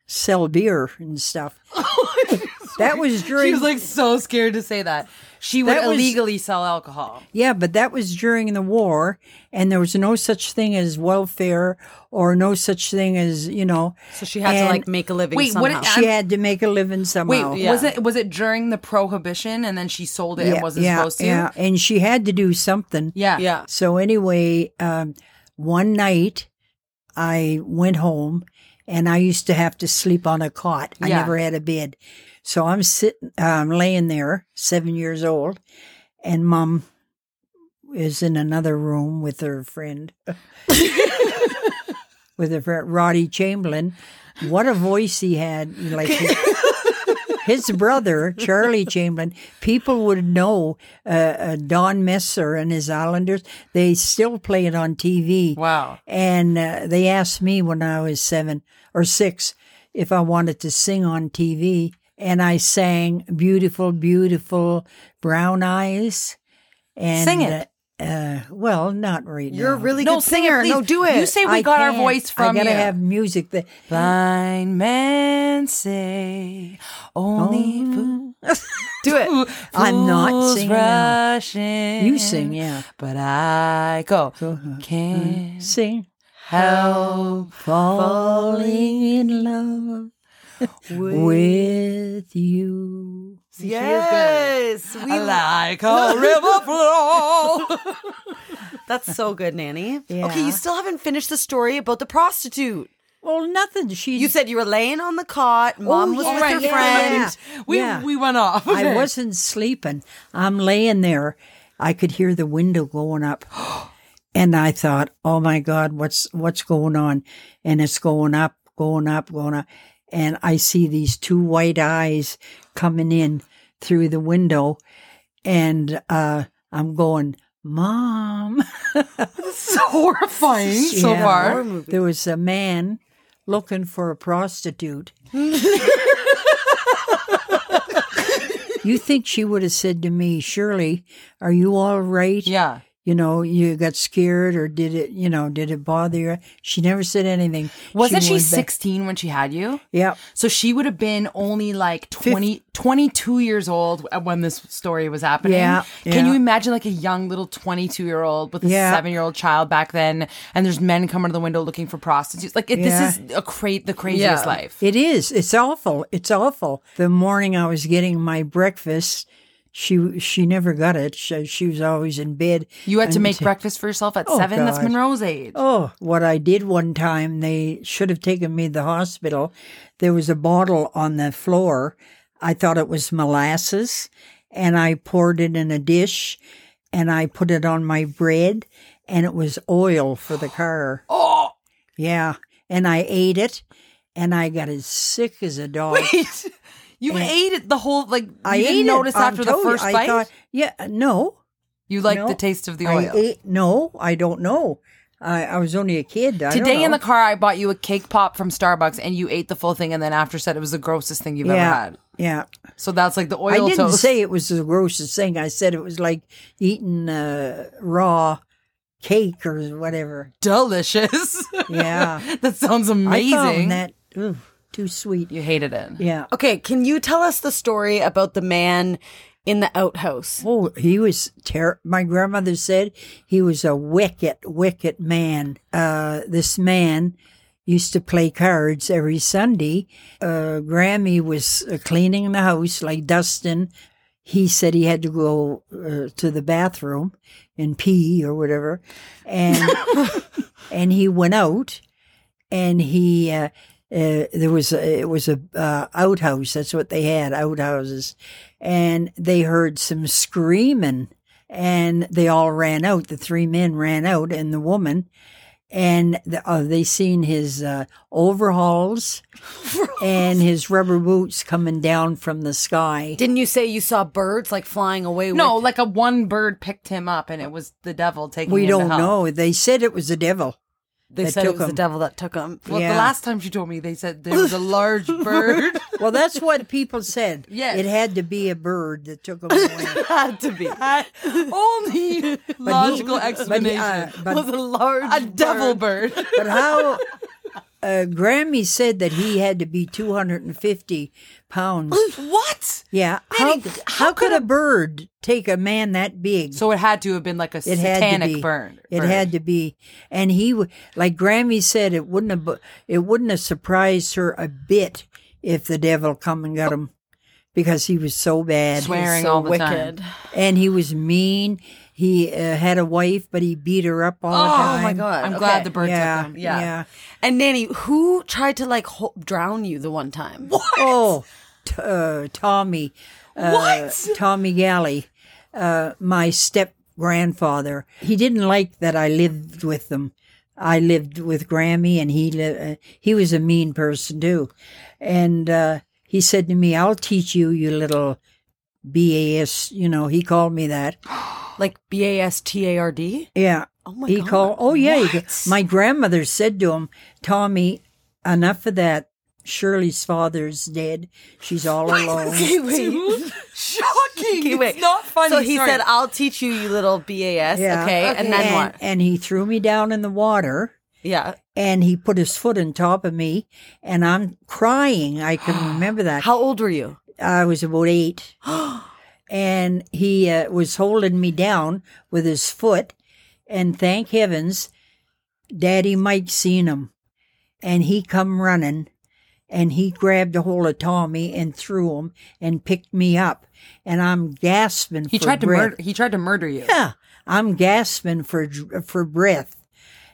F: sell beer and stuff. that was during
E: She was like so scared to say that. She would
F: That was-
E: illegally sell alcohol.
F: yeah, but that was during the war and there was no such thing as welfare or no such thing as, you know,
C: So she had to
F: And-
C: like make a living
E: Wait, what-
C: somehow.
F: she had to make a living somehow.
E: Wait,
C: yeah.
E: was it was it during the prohibition and then she sold it and wasn't
F: yeah,
E: supposed to?
F: yeah, and she had to do something.
E: Yeah.
C: yeah.
F: So anyway, um, one night I went home and I used to have to sleep on a cot. I
E: Yeah.
F: never had a bed. So I'm sitting, uh, I'm laying there, seven years old, and mom is in another room with her friend, with her friend Roddy Chamberlain. What a voice he had!
E: [LAUGHS]
F: Like. his- His brother, Charlie Chamberlain, people would know uh, uh, Don Messer and his Islanders. They still play it on TV.
E: Wow.
F: And uh, they asked me when I was seven or six if I wanted to sing on TV. And I sang Beautiful, Beautiful Brown Eyes. And,
E: Sing it.
F: Uh, uh, well, not right
C: You're a
F: now.
C: really
E: No,
C: good
E: sing it,
C: singer.
E: please.
C: no, do it.
E: You say we
F: I
E: got our
F: can't.
E: voice from
F: I gotta
E: you.
F: have music [LAUGHS] that
E: Blind men say only fool-
C: do it.
F: I'm not
E: fools
F: singing now.
E: Rush in,
F: you sing, yeah.
E: But I go.
F: Uh-huh.
E: Can't
F: Sing.
E: help.
F: Falling in love with you.
C: Yes, we
E: Like a river [LAUGHS] flow.
C: That's so good,
F: [LAUGHS]
C: Nanny. Okay,
F: Yeah.
C: you still haven't finished the story about the prostitute.
F: Well, nothing. She
C: You said you were laying on the cot. Mom was
F: yeah,
C: with her
F: yeah,
C: friend.
F: yeah.
E: We
F: Yeah.
E: we went off. [LAUGHS]
F: I wasn't sleeping. I'm laying there. I could hear the window going up. And I thought, "Oh my god, what's what's going on?" And it's going up, going up, going up. And I see these two white eyes coming in through the window and uh I'm going, "Mom." [LAUGHS]
E: so horrifying so
F: Yeah.
E: far.
F: There was a man looking for
E: [LAUGHS]
F: a prostitute. you think she would have said to me, Shirley, are you all right?
E: Yeah.
F: You know, you got scared or did it, you know, did it bother you? She never said anything.
E: Wasn't she
F: went back-
E: 16 when she had you?
F: Yeah.
E: So she would have been only like 20, 22 years old when this story was happening.
F: Yeah,
E: Can
F: yeah.
E: you imagine like a young little 22 year old with a
F: Yeah.
E: seven year old child back then and there's men coming to the window looking for prostitutes? Like it,
F: Yeah.
E: this is a cra- the craziest
C: Yeah.
E: life.
F: It is. It's awful. It's awful. The morning I was getting my breakfast, she she never got it. She, she was always in bed.
E: You had to make
F: until-
E: breakfast for yourself at
F: Oh,
E: seven. That's
F: God.
E: Monroe's age.
F: Oh, what I did one time, they should have taken me to the hospital. There was a bottle on the floor. I thought it was molasses, and I poured it in a dish and I put
E: [GASPS]
F: it on my bread, and it was oil for the car. Oh, yeah. and I ate it, and I got as sick as a dog.
E: You
F: And-
E: ate it the whole like
F: I
E: you
F: ate
E: didn't
F: it
E: notice
F: on
E: after the
F: toast.
E: first
F: I
E: bite.
F: thought, yeah, uh, no,
E: you liked
F: no.
E: the taste of the
F: I
E: oil.
F: ate- no, I don't know. I, I was only a kid. I don't
E: Today in
F: know.
E: the car, I bought you a cake pop from Starbucks, and you ate the full thing, and then after said it was the grossest thing you've ever
F: yeah,
E: had.
F: yeah.
E: So that's like the oil
F: I didn't
E: toast.
F: say it was the grossest thing. I said it was like eating uh, raw cake or whatever.
E: [LAUGHS] Delicious. [LAUGHS]
F: Yeah,
E: that sounds
F: I
E: amazing.
F: found that ooh, too sweet.
E: you hated it.
F: Yeah.
C: Okay, can you tell us the story about the man in the outhouse?
F: Oh, he was ter- My grandmother said he was a wicked, wicked man. Uh, this man used to play cards every Sunday. Uh, Grammy was uh, cleaning the house like Dustin. He said he had to go uh, to the bathroom and pee or whatever, and and he went out and he uh, uh, there was a, it was a uh, outhouse. That's what they had outhouses, and they heard some screaming, and they all ran out. The three men ran out, and the woman, and the, uh, they seen his uh, overhauls and his rubber boots coming down from the sky.
C: Didn't you say you saw birds like flying away?
E: No,
C: with-
E: like a one bird picked him up, and it was the devil taking.
F: We
E: him to
F: don't
E: hell.
F: know. They said it was the devil.
C: they
F: that
C: said it
F: took
C: was the
F: him.
C: devil that took him. [LAUGHS]
E: Well,
F: Yeah.
E: the last time she told me, they said there was a
F: [LAUGHS]
E: large bird.
F: Well, [LAUGHS] that's what people said.
E: Yes.
F: It had to be a bird that took him away.
C: had to be Oh
E: Only logical
F: But,
E: explanation.
F: uh, but
C: was a large
E: a devil bird.
F: But how uh, Grammy said that he had to be 250 pounds.
E: [LAUGHS] what?
F: Yeah. How, how could a bird take a man that big?
E: So it had to have been like a
F: it had to
E: satanic
F: be,
E: burn.
F: It had to be, and he w- like Grammy said, it wouldn't have bu- it wouldn't have surprised her a bit if the devil come and got him, because he was so bad.
E: swearing
C: so
E: all the
C: wicked.
E: time.
F: and he was mean. He uh, had a wife, but he beat her up all the time.
C: Oh my god!
E: I'm glad
C: Okay.
E: the bird
F: Yeah,
E: took him.
F: yeah.
C: And Nanny, who tried to like ho- drown you the one time?
F: Oh, t- uh, Tommy. Uh,
E: What?
F: Tommy Galley, uh, my step grandfather. He didn't like that I lived with them. I lived with Grammy, and he li- uh, he was a mean person too. And uh, he said to me, "I'll teach you, you little bas." You know, he called me that.
C: Like B A S T A R D.
F: Yeah.
C: Oh my
F: he
C: God.
F: called. Oh yeah. he ca-
C: What?
F: my grandmother said to him, "Tommy, enough of that. Shirley's father's dead. She's all alone."
E: Dude, shocking.
C: Okay, wait.
E: It's not funny.
C: So he
E: Sorry.
C: said, "I'll teach you, you little BAS."
F: Yeah.
C: Okay, and then
F: and,
C: what?
F: and he threw me down in the water,
C: Yeah.
F: and he put his foot on top of me, and I'm crying.
C: [GASPS]
F: I can remember that.
C: How old were you?
F: I was about
C: [GASPS]
F: eight, and he uh, was holding me down with his foot, and thank heavens, Daddy Mike seen him, and he come running, and he grabbed a hold of Tommy and threw him and picked me up, and I'm gasping.
E: he
F: for
E: tried to
F: breath.
E: murder. He tried to murder you.
F: Yeah, [LAUGHS] I'm gasping for for breath,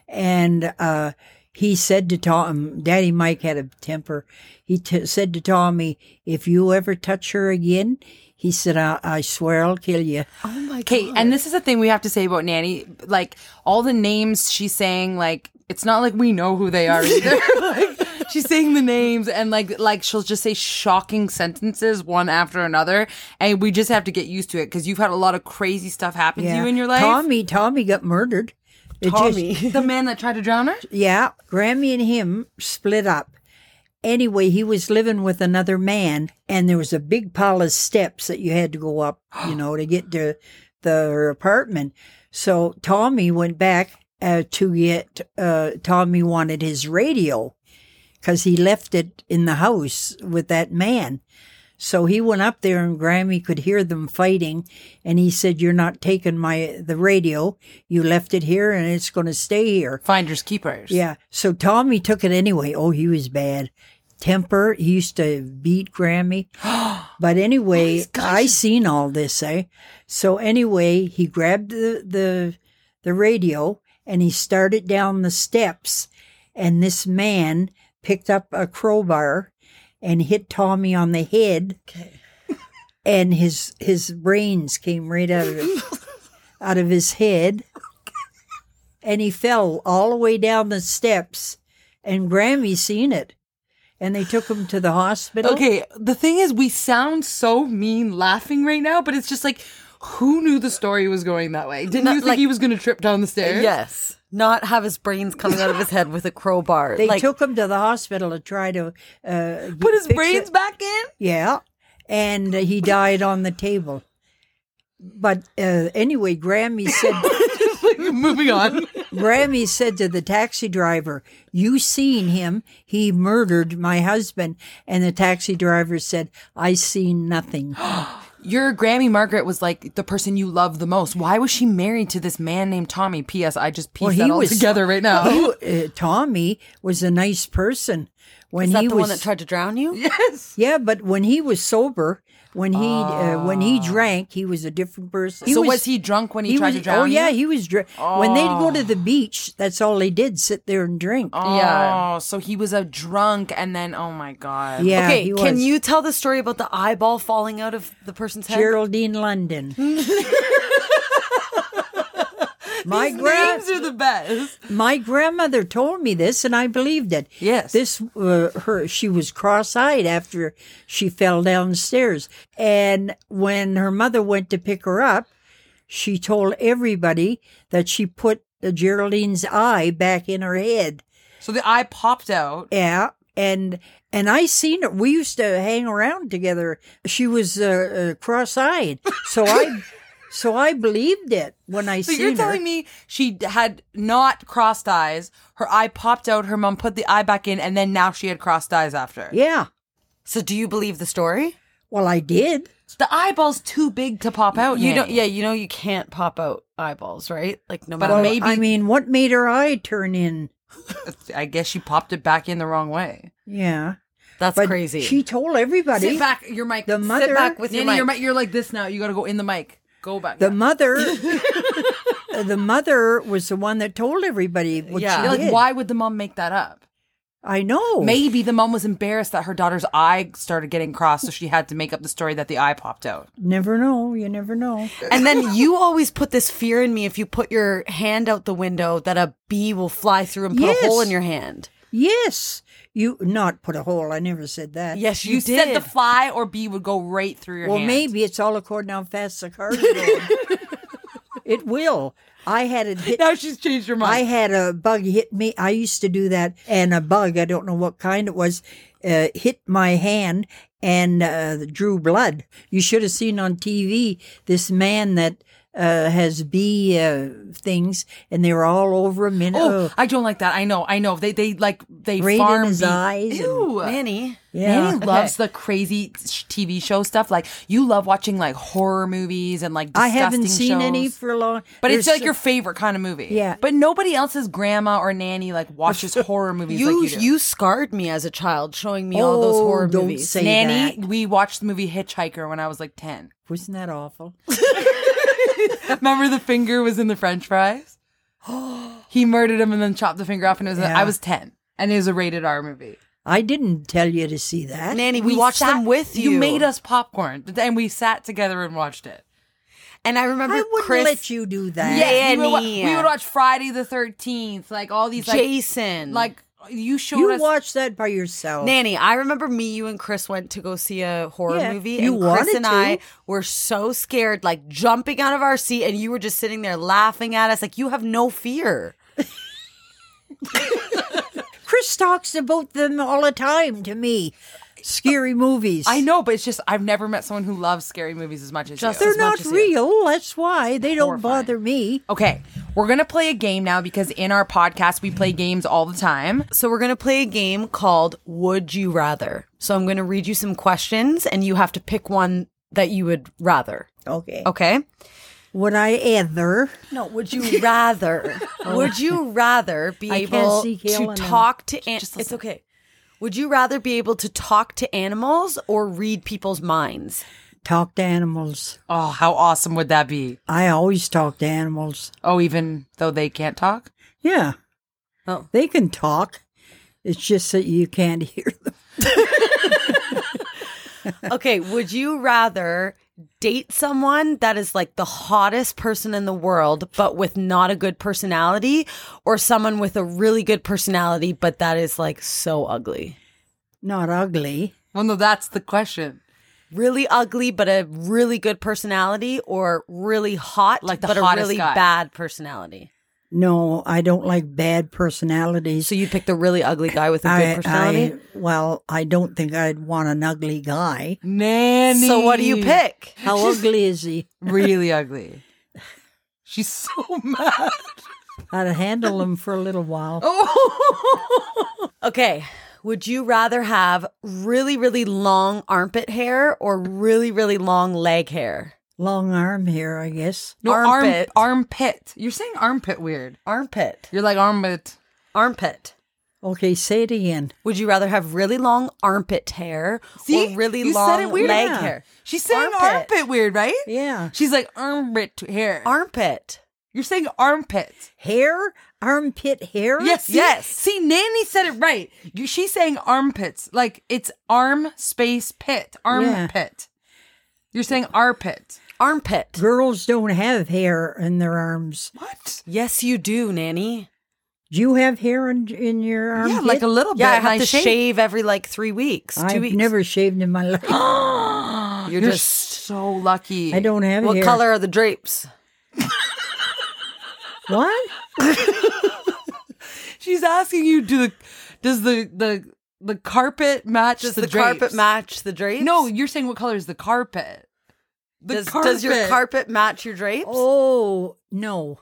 F: and uh, he said to Tom, Daddy Mike had a temper. He t- said to Tommy, "If you ever touch her again," he said, "I, I swear I'll kill you."
E: Oh, Okay, and this is the thing we have to say about Nanny. Like all the names she's saying, like it's not like we know who they are
F: [LAUGHS]
E: either. [LAUGHS] like, she's saying the names, and like like she'll just say shocking sentences one after another, and we just have to get used to it because you've had a lot of crazy stuff happen to
F: Yeah.
E: you in your life.
F: Tommy, Tommy got murdered. It just-
E: the man that tried to drown her.
F: yeah, Grammy and him split up. Anyway, he was living with another man, and there was a big pile of steps that you had to go up, you know, to get to the apartment. So Tommy went back uh, to get. Uh, Tommy wanted his radio because he left it in the house with that man. So he went up there, and Grammy could hear them fighting, and he said, "You're not taking my the radio. You left it here, and it's going to stay here."
E: Finders keepers.
F: Yeah. So Tommy took it anyway. Oh, he was bad. Temper. He used to beat Grammy. But anyway, I seen all this, eh? So anyway, he grabbed the, the the radio and he started down the steps and this man picked up a crowbar and hit Tommy on the head. And his his brains came right out of it,
E: [LAUGHS]
F: out of his head and he fell all the way down the steps and Grammy seen it, and they took him to the hospital.
E: Okay, the thing is, we sound so mean laughing right now, but it's just like, who knew the story was going that way? Didn't
C: Not
E: you think
C: like-
E: he was going to trip down the stairs?
C: Yes. Not have his brains coming out of his head with a crowbar.
F: They
C: like,
F: took him to the hospital to try to uh,
E: Put his
F: fix
E: brains
F: it.
E: back in?
F: Yeah, and uh, he died on the table. But uh, anyway, Grammy said.
E: [LAUGHS] Moving on.
F: Grammy said to the taxi driver, You seen him. He murdered my husband. And the taxi driver said, I seen
E: [GASPS]
F: nothing.
E: Your Grammy Margaret was like the person you love the most. Why was she married to this man named Tommy? P.S. I just pieced that all together right now. [LAUGHS]
F: He, uh, Tommy was a nice person. When
C: is that
F: he
C: the
F: was,
C: one that tried to drown you?
F: Yeah, but when he was sober, when he uh, when he drank, he was a different person.
E: Ah. So was he drunk when he tried
F: was,
E: to drown
F: Oh
E: you?
F: yeah,
E: Ah.
F: he was drunk. When they'd go to the beach, that's all they did: sit there and drink.
C: Yeah.
E: Oh, so he was a drunk, and then oh my god.
F: Yeah,
C: okay,
F: he
C: can
F: was.
C: you tell the story about the eyeball falling out of the person's head?
F: Geraldine
E: [LAUGHS]
F: London. my grand,
E: Names are [LAUGHS] the best.
F: my grandmother told me this, and I believed it.
E: Yes.
F: this uh, her she was cross-eyed after she fell downstairs, and when her mother went to pick her up, she told everybody that she put the Geraldine's eye back in her head.
E: So the eye popped out.
F: Yeah. And and I seen her. We used to hang around together. She was uh, uh, cross-eyed, so
E: [LAUGHS]
F: I so I believed it when I
E: So
F: seen
E: you're
F: her.
E: telling me she d- had not crossed eyes. Her eye popped out. Her mom put the eye back in, and then now she had crossed eyes after.
F: Yeah.
C: So do you believe the story?
F: Well, I did.
E: The eyeball's too big to pop out.
C: You
E: Nay.
C: don't yeah, you know you can't pop out eyeballs, right? Like no
E: But
C: matter
F: Well,
C: what.
E: maybe-
F: I mean, what made her eye turn in?
E: I guess she popped it back in the wrong way.
F: Yeah.
C: that's
F: But
C: crazy.
F: She told everybody.
E: Sit back, your mic.
F: The
E: Sit
F: mother-
E: back
C: with
E: Nini,
C: your
E: You're,
C: mic.
E: mi- you're like this now. You got to go in the mic. Go back.
F: The
E: Yeah. [LAUGHS]
F: mother. the mother was the one that told everybody what
C: Yeah.
F: she
E: You're
F: did.
E: like, why would the mom make that up?
F: I
C: Oh.
F: know.
E: Maybe the mom was embarrassed that her daughter's eye started getting crossed, so she had to make up the story that the eye popped out.
F: Never know. You never know.
C: and [LAUGHS]
F: [LAUGHS]
C: then you always put this fear in me if you put your hand out the window that a bee will fly through and put
F: Yes.
C: a hole in your hand.
F: Yes. You not put a hole. I never said that.
C: Yes, you,
E: You,
C: did.
E: said the fly or bee would go right through your
F: Well,
E: hand.
F: maybe it's all according to how fast the
E: [LAUGHS]
F: car's going. it will. I had it hit.
E: Now she's changed her
F: I
E: mind.
F: had a bug hit me. I used to do that, and a bug, I don't know what kind it was, uh, hit my hand and uh, drew blood. You should have seen on TV this man that uh, has bee uh, things, and they were all over him. And,
E: oh,
F: oh,
E: I don't like that. I know. I know. They they like they
F: Right in
E: farm
F: his
E: bee-
F: eyes and-
E: Ew.
C: Manny.
F: yeah.
E: Manny
F: [LAUGHS]
E: loves the crazy sh- TV show stuff. Like you love watching like horror movies and like
F: I
E: disgusting
F: haven't seen any
E: shows.
F: for a long.
E: But it's
F: There's
E: like your favorite kind of movie.
F: Yeah.
E: But nobody else's grandma or nanny like
F: [LAUGHS]
E: watches horror movies.
C: You
E: like you, do.
C: you scarred me as a child showing me all those
F: Oh,
C: horror
F: don't
C: movies.
F: say
E: nanny.
F: that.
E: We watched the movie Hitchhiker when I was like ten.
F: Wasn't that awful?
E: Remember the finger was in the French
F: [GASPS]
E: fries. he murdered him and then chopped the finger off, and it was
F: Yeah.
E: I was ten, and it was a rated R movie.
F: I didn't tell you to see that.
C: Nanny, we, watched
E: sat-
C: them with you.
E: You made us popcorn, and we sat together and watched it.
C: And I remember
F: I wouldn't
C: Chris,
F: let you do that.
C: Yeah.
E: we would, wa-
C: Nanny.
E: we would watch Friday the Thirteenth, like all these like
C: Jason,
E: like you showed
F: You
E: us.
F: watched that by yourself.
C: Nanny, I remember me, you, and Chris went to go see a horror
F: Yeah,
C: movie,
F: you
C: and Chris
F: wanted
C: and I
F: to.
C: were so scared, like jumping out of our seat, and you were just sitting there laughing at us, like you have no fear.
F: Chris talks about them all the time to me. Scary movies.
E: I know, but it's just I've never met someone who loves scary movies as much as
C: Just
E: you.
F: They're
C: as much
F: not
C: as you.
F: real. That's why they don't
E: Horrifying.
F: bother me.
E: Okay, we're gonna play a game now because in our podcast we play games all the time.
C: So we're gonna play a game called Would You Rather. So I'm gonna read you some questions, and you have to pick one that you would rather.
F: Okay.
C: Okay.
F: Oh. Would I ever?
C: No, would you [LAUGHS]
F: [LAUGHS]
C: rather? would you rather be
F: Oh. I can't
C: able
F: see
C: to
F: Kaylin now.
C: talk to an- It's okay. Would you rather be able to talk to animals or read people's minds?
F: Talk to animals.
E: Oh, how awesome would that be?
F: I always talk to animals.
E: Oh, even though they can't talk.
F: Yeah.
C: Oh.
F: They can talk. It's just that you can't [LAUGHS] hear them.
C: Okay, would you rather date someone that is like the hottest person in the world, but with not a good personality, or someone with a really good personality, but that is like so ugly?
F: Not ugly.
E: Well, no, that's the question.
C: Really ugly, but a really good personality, or really hot,
E: Like the
C: but a
E: hottest
C: really
E: guy.
C: bad personality.
F: No, I don't like bad personalities.
C: So you picked a really ugly guy with a good personality.
F: well, I don't think I'd want an ugly guy.
E: Nanny.
C: so what do you pick? [LAUGHS]
F: How ugly is he?
E: [LAUGHS] Really ugly. She's so [LAUGHS]
C: [LAUGHS]
E: mad.
F: I'd handle him for a little while.
C: Oh. Okay. Would you rather have really, really long armpit hair or really, really long leg hair?
F: Long arm hair, I guess.
E: No,
C: Armpit.
E: Arm, armpit. You're saying armpit weird.
C: Armpit.
E: You're like armpit.
C: Armpit.
F: Okay, say it again.
C: Would you rather have really long armpit hair
E: See,
C: or really
E: you
C: long
E: said it weird.
C: leg
E: Yeah.
C: hair?
E: She's saying
C: Armpit.
E: armpit, weird, right?
F: Yeah.
E: She's like armpit hair.
C: Armpit.
E: You're saying armpit.
F: Hair? Armpit hair?
E: Yes, see-
C: Yes.
E: See, Nanny said it right. You, she's saying armpits, like it's arm space pit, armpit. You're saying armpit.
C: Armpit.
F: Girls don't have hair in their arms.
E: What?
C: Yes, you do, Nanny.
F: Do you have hair in, in your armpit?
E: yeah, like a little bit.
C: Yeah, I
E: and
C: have to shave.
E: shave.
C: every like three weeks, two
F: I've
C: weeks.
F: never shaved in
C: [GASPS]
F: my life.
E: "Oh, You're,
C: You're
E: just so lucky.
F: I don't have
C: what
F: hair.
C: color are the drapes?
F: What?
E: She's asking you, do the does the the the carpet match
C: Does
E: the,
C: the, carpet
E: drapes?
C: match the drapes?
E: No, you're saying what color is the carpet? The
C: Does, does your carpet match your drapes?
F: Oh, no.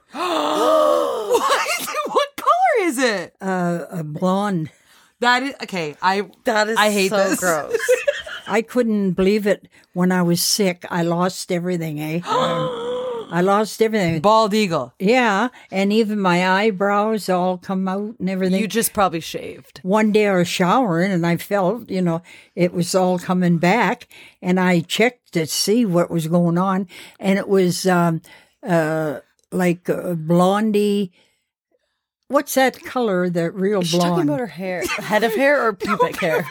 E: what? what color is it?
F: Uh, a blonde.
E: That is okay. I
C: That is
E: I hate
C: so
E: this.
C: [LAUGHS]
E: [LAUGHS]
C: gross.
F: I couldn't believe it when I was sick. I lost everything,
C: [GASPS]
F: eh? I lost everything.
E: Bald eagle.
F: Yeah, and even my eyebrows all come out and everything.
C: you just probably shaved.
F: One day I was showering and I felt, you know, it was all coming back, and I checked to see what was going on, and it was um, uh, like uh, blondie. What's that color? That real
C: She's talking
F: blonde.
C: about her hair, head of
E: [LAUGHS]
C: hair, or pubic hair.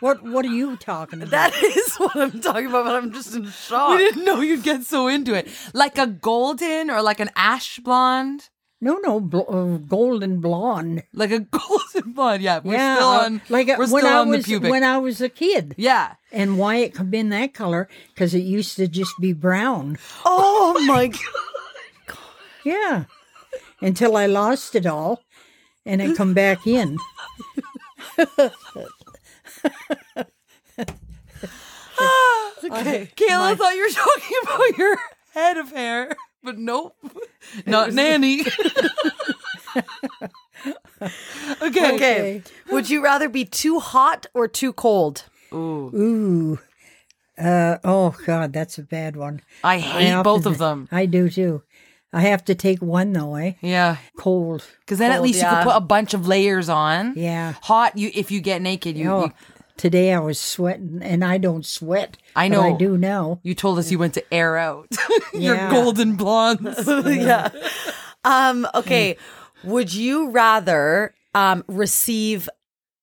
F: what What are you talking about?
C: That is what I'm talking about, but I'm just in
E: I
C: shock.
E: didn't know you'd get so into it. Like a golden or like an ash blonde.
F: no, no, bl- uh, golden blonde.
E: Like a [LAUGHS] golden blonde. Yeah. We're
F: yeah,
E: still
F: uh,
E: on
F: like uh,
E: we're
F: when
E: still
F: I
E: on
F: was
E: the pubic.
F: when I was a kid.
E: yeah.
F: and why it could be in that color because it used to just be brown.
C: Oh my god!
F: Yeah, until I lost it all, and it come back in. [LAUGHS]
E: Ah, Okay. Kayla thought you were talking about your head of hair. But nope. Not [LAUGHS] nanny. okay.
C: Okay, would you rather be too hot or too cold?
F: Ooh, uh, oh God, that's a bad one.
E: I hate
F: often-
E: both of them.
F: I do too. I have to take one though, eh?
E: Yeah.
F: Cold.
E: Because then at
C: Cold,
E: least you
C: yeah.
E: can put a bunch of layers on.
F: Yeah.
E: Hot, you if you get naked, you
F: Oh,
E: you,
F: today I was sweating, and I don't sweat.
E: I
F: but I
E: know.
F: do now.
E: you told us you went to air out [LAUGHS] your
F: Yeah.
E: golden blondes.
C: Um, okay, would you rather um receive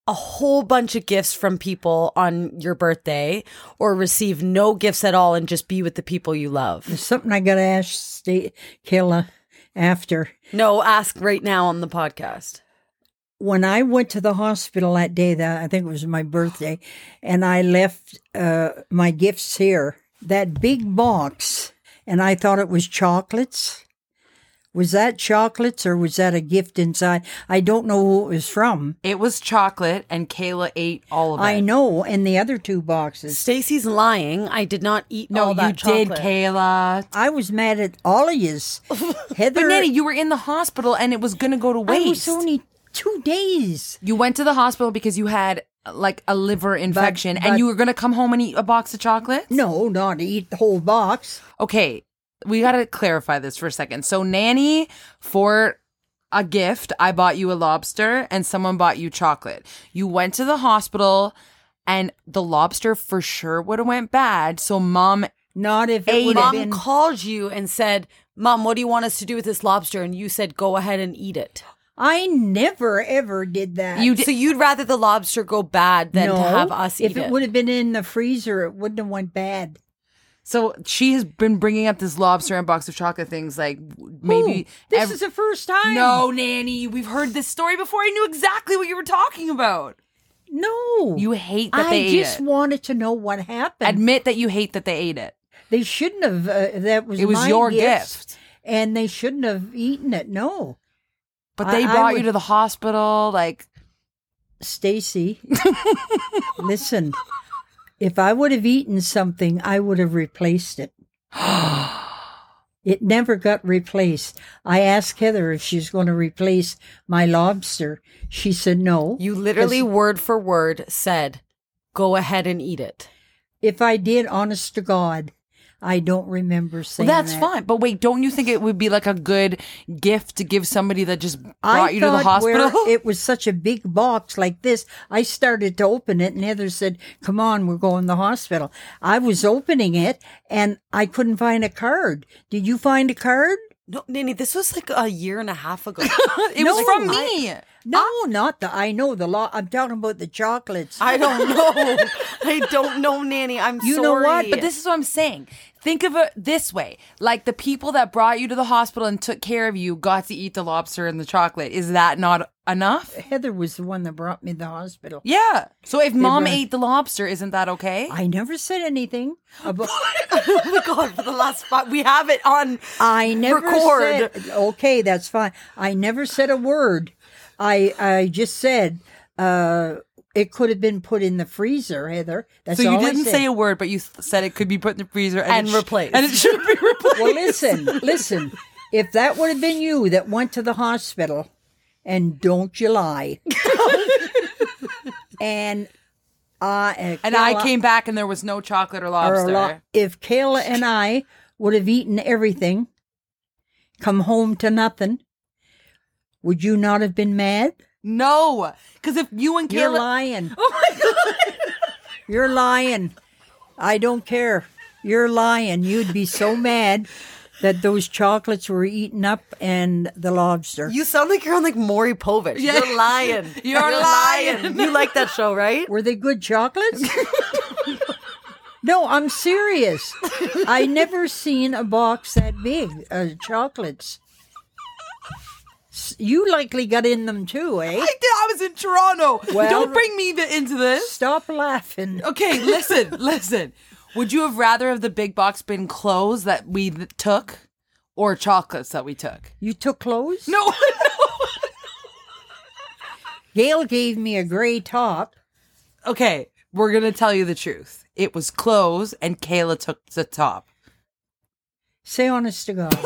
C: a whole bunch of gifts from people on your birthday, or receive no gifts at all and just be with the people you love?
F: There's something I got to ask Sta Kayla after.
C: No, ask right now on the podcast.
F: when I went to the hospital that day, that I think it was my birthday, and I left uh, my gifts here. That big box, and I thought it was chocolates. Was that chocolates or was that a gift inside? I don't know who it was from.
E: It was chocolate, and Kayla ate all of it.
F: I know, and the other two boxes.
C: Stacy's lying. I did not eat
E: No,
C: all
E: you
C: that chocolate.
E: did, Kayla.
F: I was mad at all of yous.
E: [LAUGHS]
F: Heather,
E: But Nanny, you were in the hospital, and it was gonna go to
F: I
E: waste.
F: was only two days.
E: you went to the hospital because you had uh, like a liver infection,
F: but-
E: and you were gonna come home and eat a box of chocolate.
F: No, not to eat the whole box.
E: Okay, we gotta clarify this for a second. So, Nanny, for a gift, I bought you a lobster, and someone bought you chocolate. You went to the hospital. And the lobster for sure would have went bad. So mom
F: Not if it
E: Ate
F: would have
C: Mom
F: been.
C: called you and said, Mom, what do you want us to do with this lobster? And you said, Go ahead and eat it.
F: I never ever did that.
E: You did-
C: so you'd rather the lobster go bad than to have us
F: if
C: eat it.
F: would have been in the freezer, it wouldn't have went bad.
E: So she has been bringing up this lobster and box of chocolate things like maybe
F: this
E: ev-
F: is the first time.
E: No, Nanny, we've heard this story before. I knew exactly what you were talking about.
F: no.
E: You hate that
F: I
E: they ate
F: just
E: it.
F: wanted to know what happened.
E: Admit that you hate that they ate it.
F: they shouldn't have. Uh, that was
E: It was
F: my
E: your gift.
F: and they shouldn't have eaten it. No,
E: But
F: I-
E: they
F: I
E: brought you
F: would-
E: to the hospital. Like,
F: Stacy, listen. If I would have eaten something, I would have
E: [GASPS]
F: replaced it. It never got replaced. I asked Heather if she's going to replace my lobster. She said no.
C: You literally word for word said, "Go ahead and eat it."
F: If I did, honest to God, I don't remember
E: well,
F: saying
E: that's
F: that.
E: fine. But wait, don't you think it would be like a good gift to give somebody that just brought
F: I
E: you to the
F: thought where
E: hospital? [LAUGHS]
F: it was such a big box like this. I started to open it, and Heather said, "Come on, we're going to the hospital." I was opening it, and I couldn't find a card. Did you find a card?
C: No, Nini, this was like a year and a half [LAUGHS] ago.
E: It was
F: No,
E: from
F: I-
E: me.
F: No, not the. I know the law. I'm talking about the chocolates.
C: I [LAUGHS] don't know. I don't know, Nanny. I'm
F: You
C: sorry.
F: know what?
E: But this is what I'm saying. Think of it this way: like the people that brought you to the hospital and took care of you got to eat the lobster and the chocolate. Is that not enough?
F: Heather was the one that brought me to the hospital.
E: Yeah. So if mom
F: brought-
E: ate the lobster, isn't that okay?
F: I never said anything about.
C: [LAUGHS] oh my god! For the last five, we have it on.
F: I never
C: Record.
F: said okay, that's fine. I never said a word. I I just said uh it could have been put in the freezer, Heather. That's
E: so you
F: all I
E: didn't
F: said.
E: say a word, but you th- said it could be put in the freezer and,
C: And
E: it sh-
C: replaced.
E: and it should be [LAUGHS]
F: [LAUGHS]
E: replaced.
F: well, listen, listen. If that would have been you that went to the hospital, and don't you
E: [LAUGHS]
F: lie, and I uh,
E: and I came back and there was no chocolate or lobster.
F: or a lot. If Kayla and I would have eaten everything, come home to nothing, would you not have been mad?
E: No, because if you and
F: You're
E: Kayla,
F: lying. [LAUGHS] Oh my god! You're lying. I don't care. You're lying. You'd be so mad that those chocolates were eaten up and the lobster.
C: You sound like you're on like Maury Povich. [LAUGHS] You're lying.
E: You're lying.
C: You like that show, right?
F: were they good chocolates? no, I'm serious. I never seen a box that big of chocolates. S- You likely got in them too, eh?
E: I, did, I was in Toronto.
F: Well-
E: Don't bring me the, into this.
F: Stop laughing.
E: Okay, listen, listen. Would you have rather have the big box been clothes that we th- took or chocolates that we took?
F: You took clothes?
E: No, [LAUGHS] no.
F: Gail gave me a gray top.
E: Okay, we're gonna tell you the truth. It was clothes, and Kayla took the top.
F: Say honest
E: [LAUGHS]
F: to God.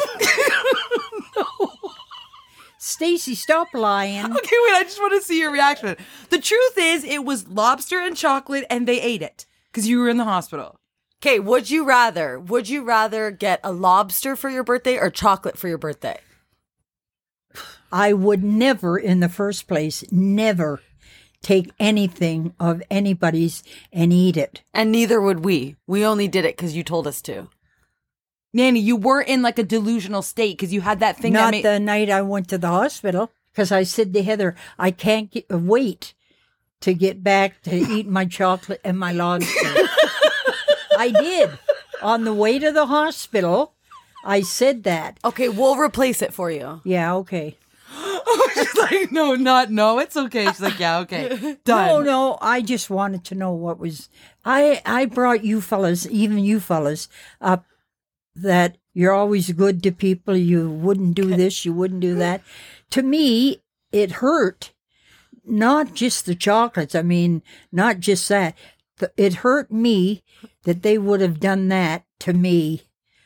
F: Stacy, stop lying.
E: Okay, wait. I just want to see your reaction. The truth is, it was lobster and chocolate, and they ate it because you were in the hospital.
C: Okay, would you rather? Would you rather get a lobster for your birthday or chocolate for your birthday?
F: I would never, in the first place, never take anything of anybody's and eat it.
C: And neither would we. We only did it because you told us to.
E: Nanny, you were in like a delusional state because you had that thing
F: Not
E: that made.
F: the night I went to the hospital because I said to Heather, I can't get, wait to get back to eat my chocolate and my lobster. I did. On the way to the hospital, I said that.
C: Okay, we'll replace it for you.
F: Yeah, okay.
E: [LAUGHS] She's like, no, not no. It's okay. She's like, yeah, okay, done.
F: [LAUGHS] No, no. I just wanted to know what was. I I brought you fellas, even you fellas, up that you're always good to people. You wouldn't do this. You wouldn't do that. to me, it hurt. Not just the chocolates. I mean, not just that. Th- It hurt me that they would have done that to me.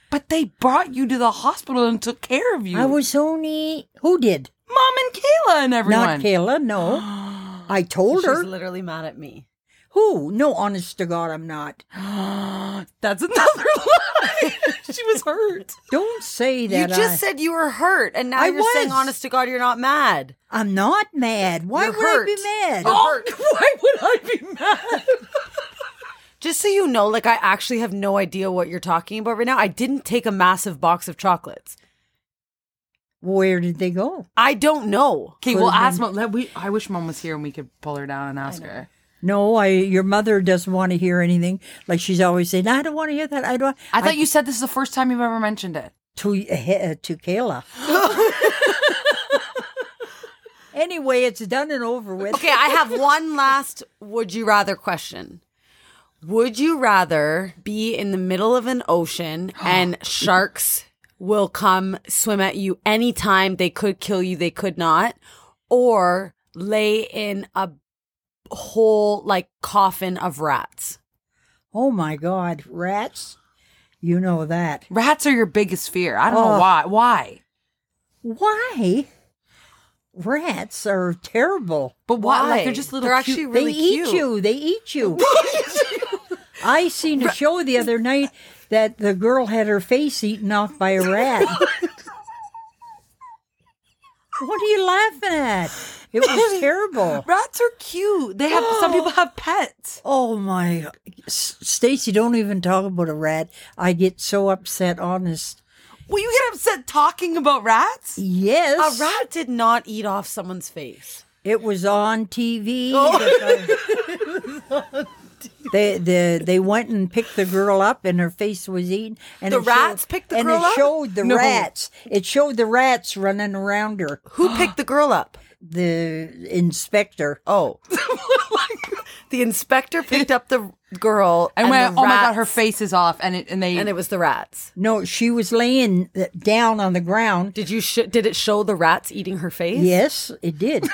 E: But they brought you to the hospital and took care of you.
F: I was only who did
E: mom and Kayla and everyone.
F: not Kayla. No, I told her
C: literally mad at me.
F: who. No, honest to God, I'm not.
E: [GASPS] That's another [LAUGHS] lie. she was
F: [LAUGHS]
E: hurt.
F: Don't say
C: You
F: that.
C: just
F: I-
C: said you were hurt, and now
F: I
C: you're saying,
F: was.
C: honest to God, you're not mad.
F: I'm not mad. Why
C: You're
F: would I be
C: hurt. Oh.
F: mad?
C: You're hurt.
E: Why would I be mad?
C: [LAUGHS] Just so you know, like I actually have no idea what you're talking about right now. I didn't take a massive box of chocolates.
F: Where did they go?
C: I don't know.
E: Okay, well, ask mom. Let we. I wish mom was here and we could pull her down and ask her.
F: No, I. Your mother doesn't want to hear anything. Like she's always saying, "I don't want to hear that. I don't."
E: I thought you said this is the first time you've ever mentioned it.
F: to uh, to Kayla. anyway, it's done and over with.
C: Okay, I have one last would you rather question. Would you rather be in the middle of an ocean
E: [GASPS]
C: and sharks will come swim at you anytime? They could kill you, they could not. Or lay in a whole like coffin of rats?
F: Oh my God, rats! You know that.
E: Rats are your biggest fear. I don't know why. Why?
F: Why? Rats are terrible.
E: But why?
C: Why?
E: Like they're just little.
C: They're
E: cute-
C: actually really
F: they eat
C: cute.
F: you. They eat [LAUGHS] you. I seen a show the other night that the girl had her face eaten off by a [LAUGHS] rat. what are you laughing at? It [LAUGHS] was terrible.
E: Rats are cute. They have some
C: [GASPS]
E: people have pets.
F: Oh my, S- Stacy! Don't even talk about a rat. I get so upset. Honest,
E: Will you get upset talking about rats?
C: A
F: yes,
C: rat did not eat off someone's face.
F: It was on
E: [LAUGHS]
F: TV.
E: Oh.
F: they, the, they went and picked the girl up, and her face was eaten. And
E: The
F: it
E: rats
F: showed,
E: picked the
F: and
E: girl
F: it
E: up?
F: showed the
E: No.
F: rats. It showed the rats running around her.
E: [GASPS]
C: Who picked the girl up?
F: The inspector.
C: Oh. the inspector picked up the girl
E: [LAUGHS] And, when
C: the
E: oh my god, her
C: rats-
E: face is off, and it and they [LAUGHS]
C: and it was the rats.
F: No, she was laying uh, down on the ground.
C: Did you sh- did it show the rats eating her face?
F: Yes,
E: [LAUGHS]
F: it did.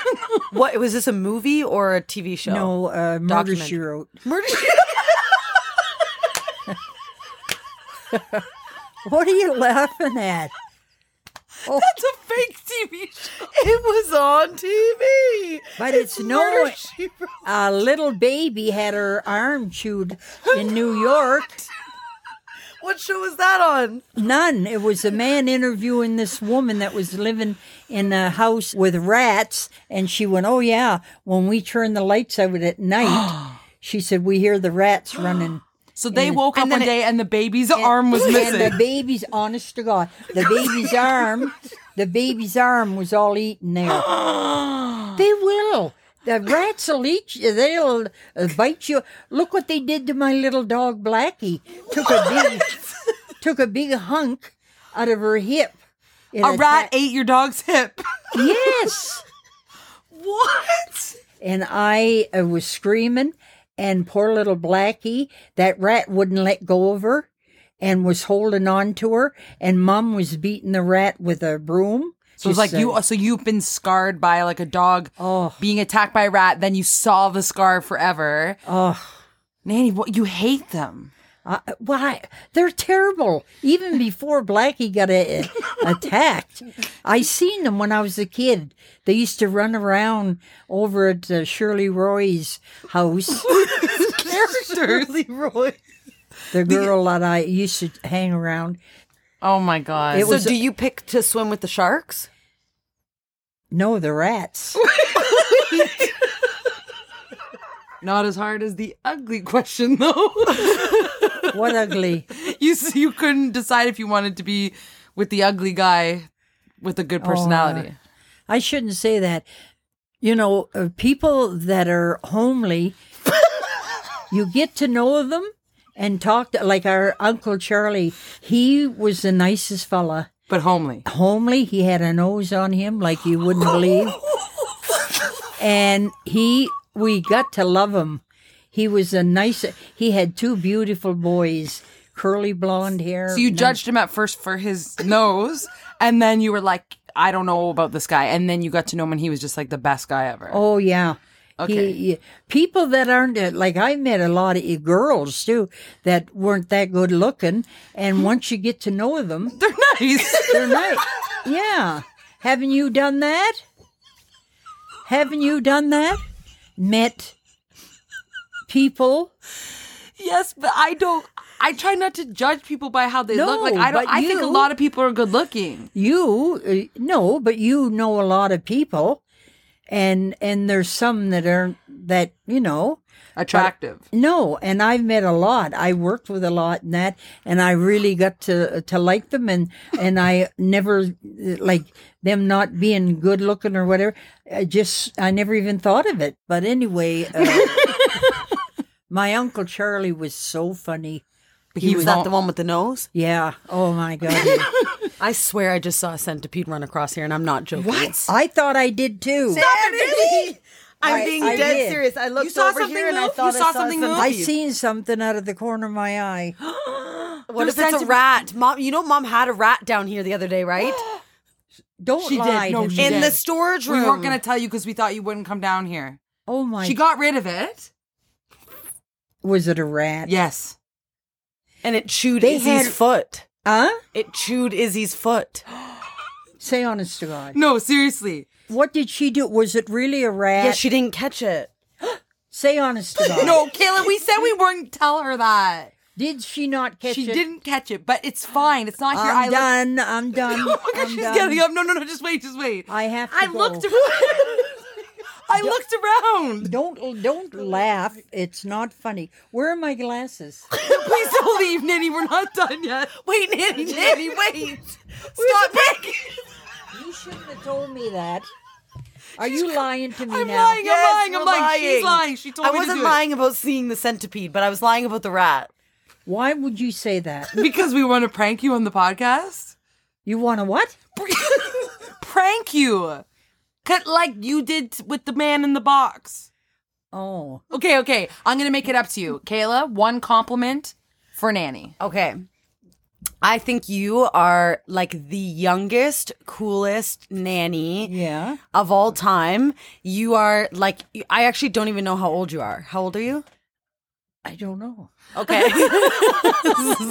C: What was this a movie or a TV show?
F: no, uh, murder she
C: Documentary.
F: wrote.
C: Murder.
F: What are you laughing at?
E: it's a fake TV show.
C: it was on TV.
F: But it's, no. A little baby had her arm chewed in New York.
C: [LAUGHS] What show was that on?
F: None. It was a man interviewing this woman that was living in a house with rats, and she went, "Oh yeah, when we turn the lights out at night." She said, "We hear the rats running." [GASPS]
E: So they woke up
C: Mm. then
E: one
C: it-
E: day, and the baby's arm was
F: and
E: missing.
F: the baby's honest to God, the baby's arm, the baby's arm was all eaten there. [GASPS] they will. The rats will eat you. They'll uh, bite you. Look what they did to my little dog Blackie. Took a [LAUGHS] big, took a big hunk out of her hip. It
E: a rat
F: atta-
E: ate your dog's
C: [LAUGHS]
E: hip.
F: Yes.
E: What?
F: and I uh, was screaming, and poor little Blackie, that rat wouldn't let go of her and was holding on to her, and Mum was beating the rat with a broom.
E: So it's like you. So you've been scarred by like a dog being attacked by a rat. Then you saw the scar forever. Oh, Nanny, what you hate them?
F: Uh, why? They're terrible. Even before Blackie got a, attacked, I seen them when I was a kid. They used to run around over at uh, Shirley Roy's house.
E: Characters.
F: the girl that I used to hang around.
E: oh my god.
F: It
C: So
F: was-
C: do you pick to swim with the sharks?
F: No, the rats.
E: Not as hard as the ugly question though.
F: what ugly.
E: [LAUGHS] you s- you couldn't decide if you wanted to be with the ugly guy with a good personality.
F: I shouldn't say that. You know, uh, people that are
E: [LAUGHS]
F: homely, you get to know them and talk to, like our Uncle Charlie. He was the nicest fella.
E: but homely.
F: Homely, he had a nose on him like you wouldn't believe. and he, we got to love him. He was a nice, he had two beautiful boys, curly blonde hair.
E: So you judged him at first for his nose, and then you were like, I don't know about this guy. And then you got to know him, and he was just like the best guy ever.
F: Oh yeah.
E: Okay.
F: He, he- people that aren't uh, like I met a lot of girls too that weren't that good looking, and once you get to know them,
E: They're nice. [LAUGHS]
F: they're nice. Yeah, haven't you done that? Haven't you done that? Met people?
E: yes, but I don't. I try not to judge people by how they
F: No,
E: look. Like I don't.
F: but
E: I think a
F: you-
E: lot of people are good looking.
F: You uh, no, but you know a lot of people, and and there's some that aren't that you know.
E: Attractive.
F: No, and I've met a lot. I worked with a lot and that, and I really got to to like them, and and I never uh, like them not being good looking or whatever. I just I never even thought of it. But anyway, uh, [LAUGHS] My uncle Charlie was so funny.
C: He was that the one with the nose?
F: Yeah. Oh my
E: [LAUGHS]
F: God.
C: I swear I just saw a centipede run across here, and I'm not joking. What?
F: I thought I did too.
C: Really? I'm
F: I-
C: being
F: I
C: dead
F: did.
C: serious. I looked
E: saw
C: over
E: something
C: here and I
E: move?
C: thought
E: You
C: I
E: saw
C: saw
E: something
C: some-
E: move?
F: I seen something out of the corner of my eye.
C: What if
E: There's
C: it's a
E: centip-
C: rat? Mom, you know, mom had a rat down here the other day, right?
F: Don't
E: She did.
F: lie
E: No, [GASPS]
F: to
E: she
F: me.
E: did.
C: In the storage room.
E: We weren't gonna tell you because we thought you wouldn't come down here.
F: Oh my!
E: she got rid of it.
F: was it a rat?
E: Yes.
C: and it chewed
F: They
C: Izzy's
F: had-
C: foot.
F: Huh?
C: It chewed Izzy's foot.
F: Say honest to God.
E: No, seriously.
F: What did she do? Was it really a rat?
C: Yeah, she didn't catch it.
F: Say honest to
E: [LAUGHS]
F: God.
E: No, Kayla, we said we wouldn't tell her that.
F: Did she not catch
E: she
F: it?
E: didn't catch it, but it's fine. It's not here.
F: I'm
E: I looked-
F: done. I'm
E: [LAUGHS]
F: done.
E: Oh my
F: I'm
E: god, she's
F: done.
E: getting up. No, no, no, just wait, just wait.
F: I have to
E: I
F: go.
E: looked
C: [LAUGHS]
E: around. I looked around.
F: Don't don't laugh. It's not funny. Where are my glasses?
E: Please don't leave, Nanny. We're not done yet. Wait, [LAUGHS] Nanny, Nanny, wait. Stop it.
F: You shouldn't have told me that. Are you lying to me
E: I'm
F: now?
E: lying.
C: Yes,
E: I'm lying. I'm
C: we're
E: lying. She's lying. She told
C: I
E: me to
C: wasn't
E: do it.
C: lying about seeing the centipede, but I was lying about the rat.
F: Why would you say that?
E: [LAUGHS] because we want to prank you on the [LAUGHS] podcast.
F: You want to what?
E: prank you, Cut like you did t- with the man in the box.
F: Oh,
E: Okay, okay. I'm gonna make it up to you, Kayla. One compliment for Nanny.
C: Okay. I think you are like the youngest, coolest nanny
F: Yeah.
C: of all time. You are like, I actually don't even know how old you are. How old are you?
F: I don't know. [LAUGHS]
C: Okay.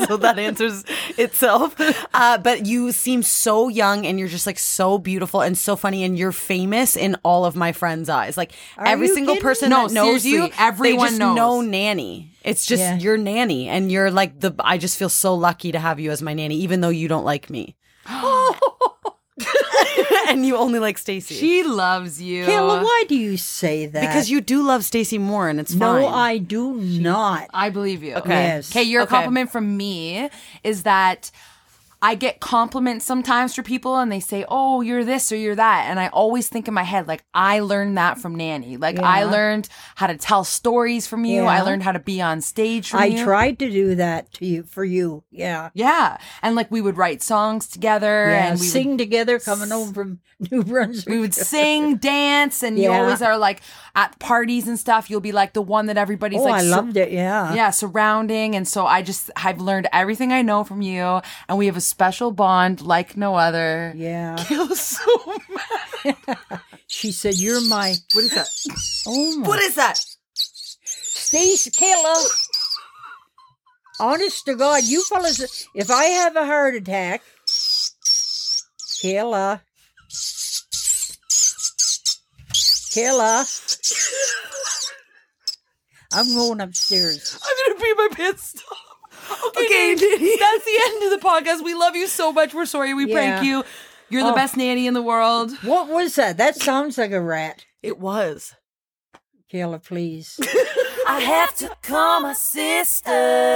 C: so that answers itself. Uh, but you seem so young and you're just like so beautiful and so funny and you're famous in all of my friends' eyes. Like every
F: you
C: single
F: kidding?
C: person
E: No,
C: that knows you,
E: seriously, everyone
C: they just
E: knows.
C: know nanny. It's just
F: Yeah.
C: your nanny and you're like the I just feel so lucky to have you as my nanny even though you don't like
F: [GASPS]
C: me. and you only like Stacy.
E: She loves you.
F: Kayla, why do you Uh, say that?
C: because you do love Stacy more and it's
F: No,
C: fine.
F: I do not.
E: I believe you. Okay.
F: Yes.
E: Okay, your
C: Okay.
E: compliment from me is that I get compliments sometimes for people and they say, "Oh, you're this or you're that." And I always think in my head like I learned that from Nanny. Like I learned how to tell stories from you. I
F: Yeah.
E: learned how to be on stage from
F: I
E: you.
F: tried to do that to you for you. Yeah.
E: Yeah. And like we would write songs together
F: Yeah,
E: and we
F: sing
E: would
F: together coming home from [LAUGHS] New Brunswick.
E: we would sing, dance, and you
F: Yeah.
E: always are like at parties and stuff. You'll be like the one that everybody's
F: oh,
E: like,
F: I
E: sur-
F: loved it. Yeah.
E: yeah, surrounding. And so I just I've learned everything I know from you, and we have a special bond like no other.
F: Yeah.
E: Kayla's so mad.
F: She said, "You're
E: [LAUGHS]
F: my
E: What is that?
F: oh my
C: what is that?
F: Stace Kayla." [LAUGHS] Honest to God, you fellas, if I have a heart attack, Kayla, Kayla, I'm going upstairs.
E: I'm gonna pee my pants. Stop. Okay, that's the end of the podcast. We love you so much. We're sorry we prank
F: Yeah.
E: you. You're the best nanny in the world.
F: What was that? That sounds like a rat.
C: It was.
F: Kayla, please.
G: I have to call my sister.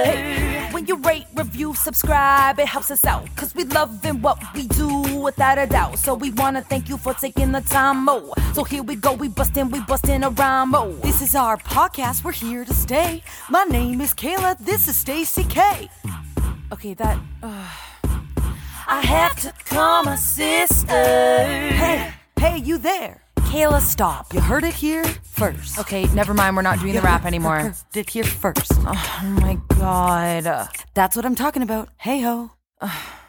G: Hey, when you rate, review, subscribe, it helps us out. Cause we love in what we do without a doubt. So we wanna thank you for taking the time. Oh, so here we go, we bustin', we bustin' a rhyme. Oh,
C: This is our podcast. We're here to stay. My name is Kayla. This is Stacy K.
G: okay, that. ugh. I have to call my sister. Hey,
C: Hey, you there?
G: Kayla, stop.
C: You heard it here first.
E: Okay, never mind. We're not doing the rap [LAUGHS] anymore.
C: Heard it here first.
E: Oh my god.
C: That's what I'm talking about. Hey ho.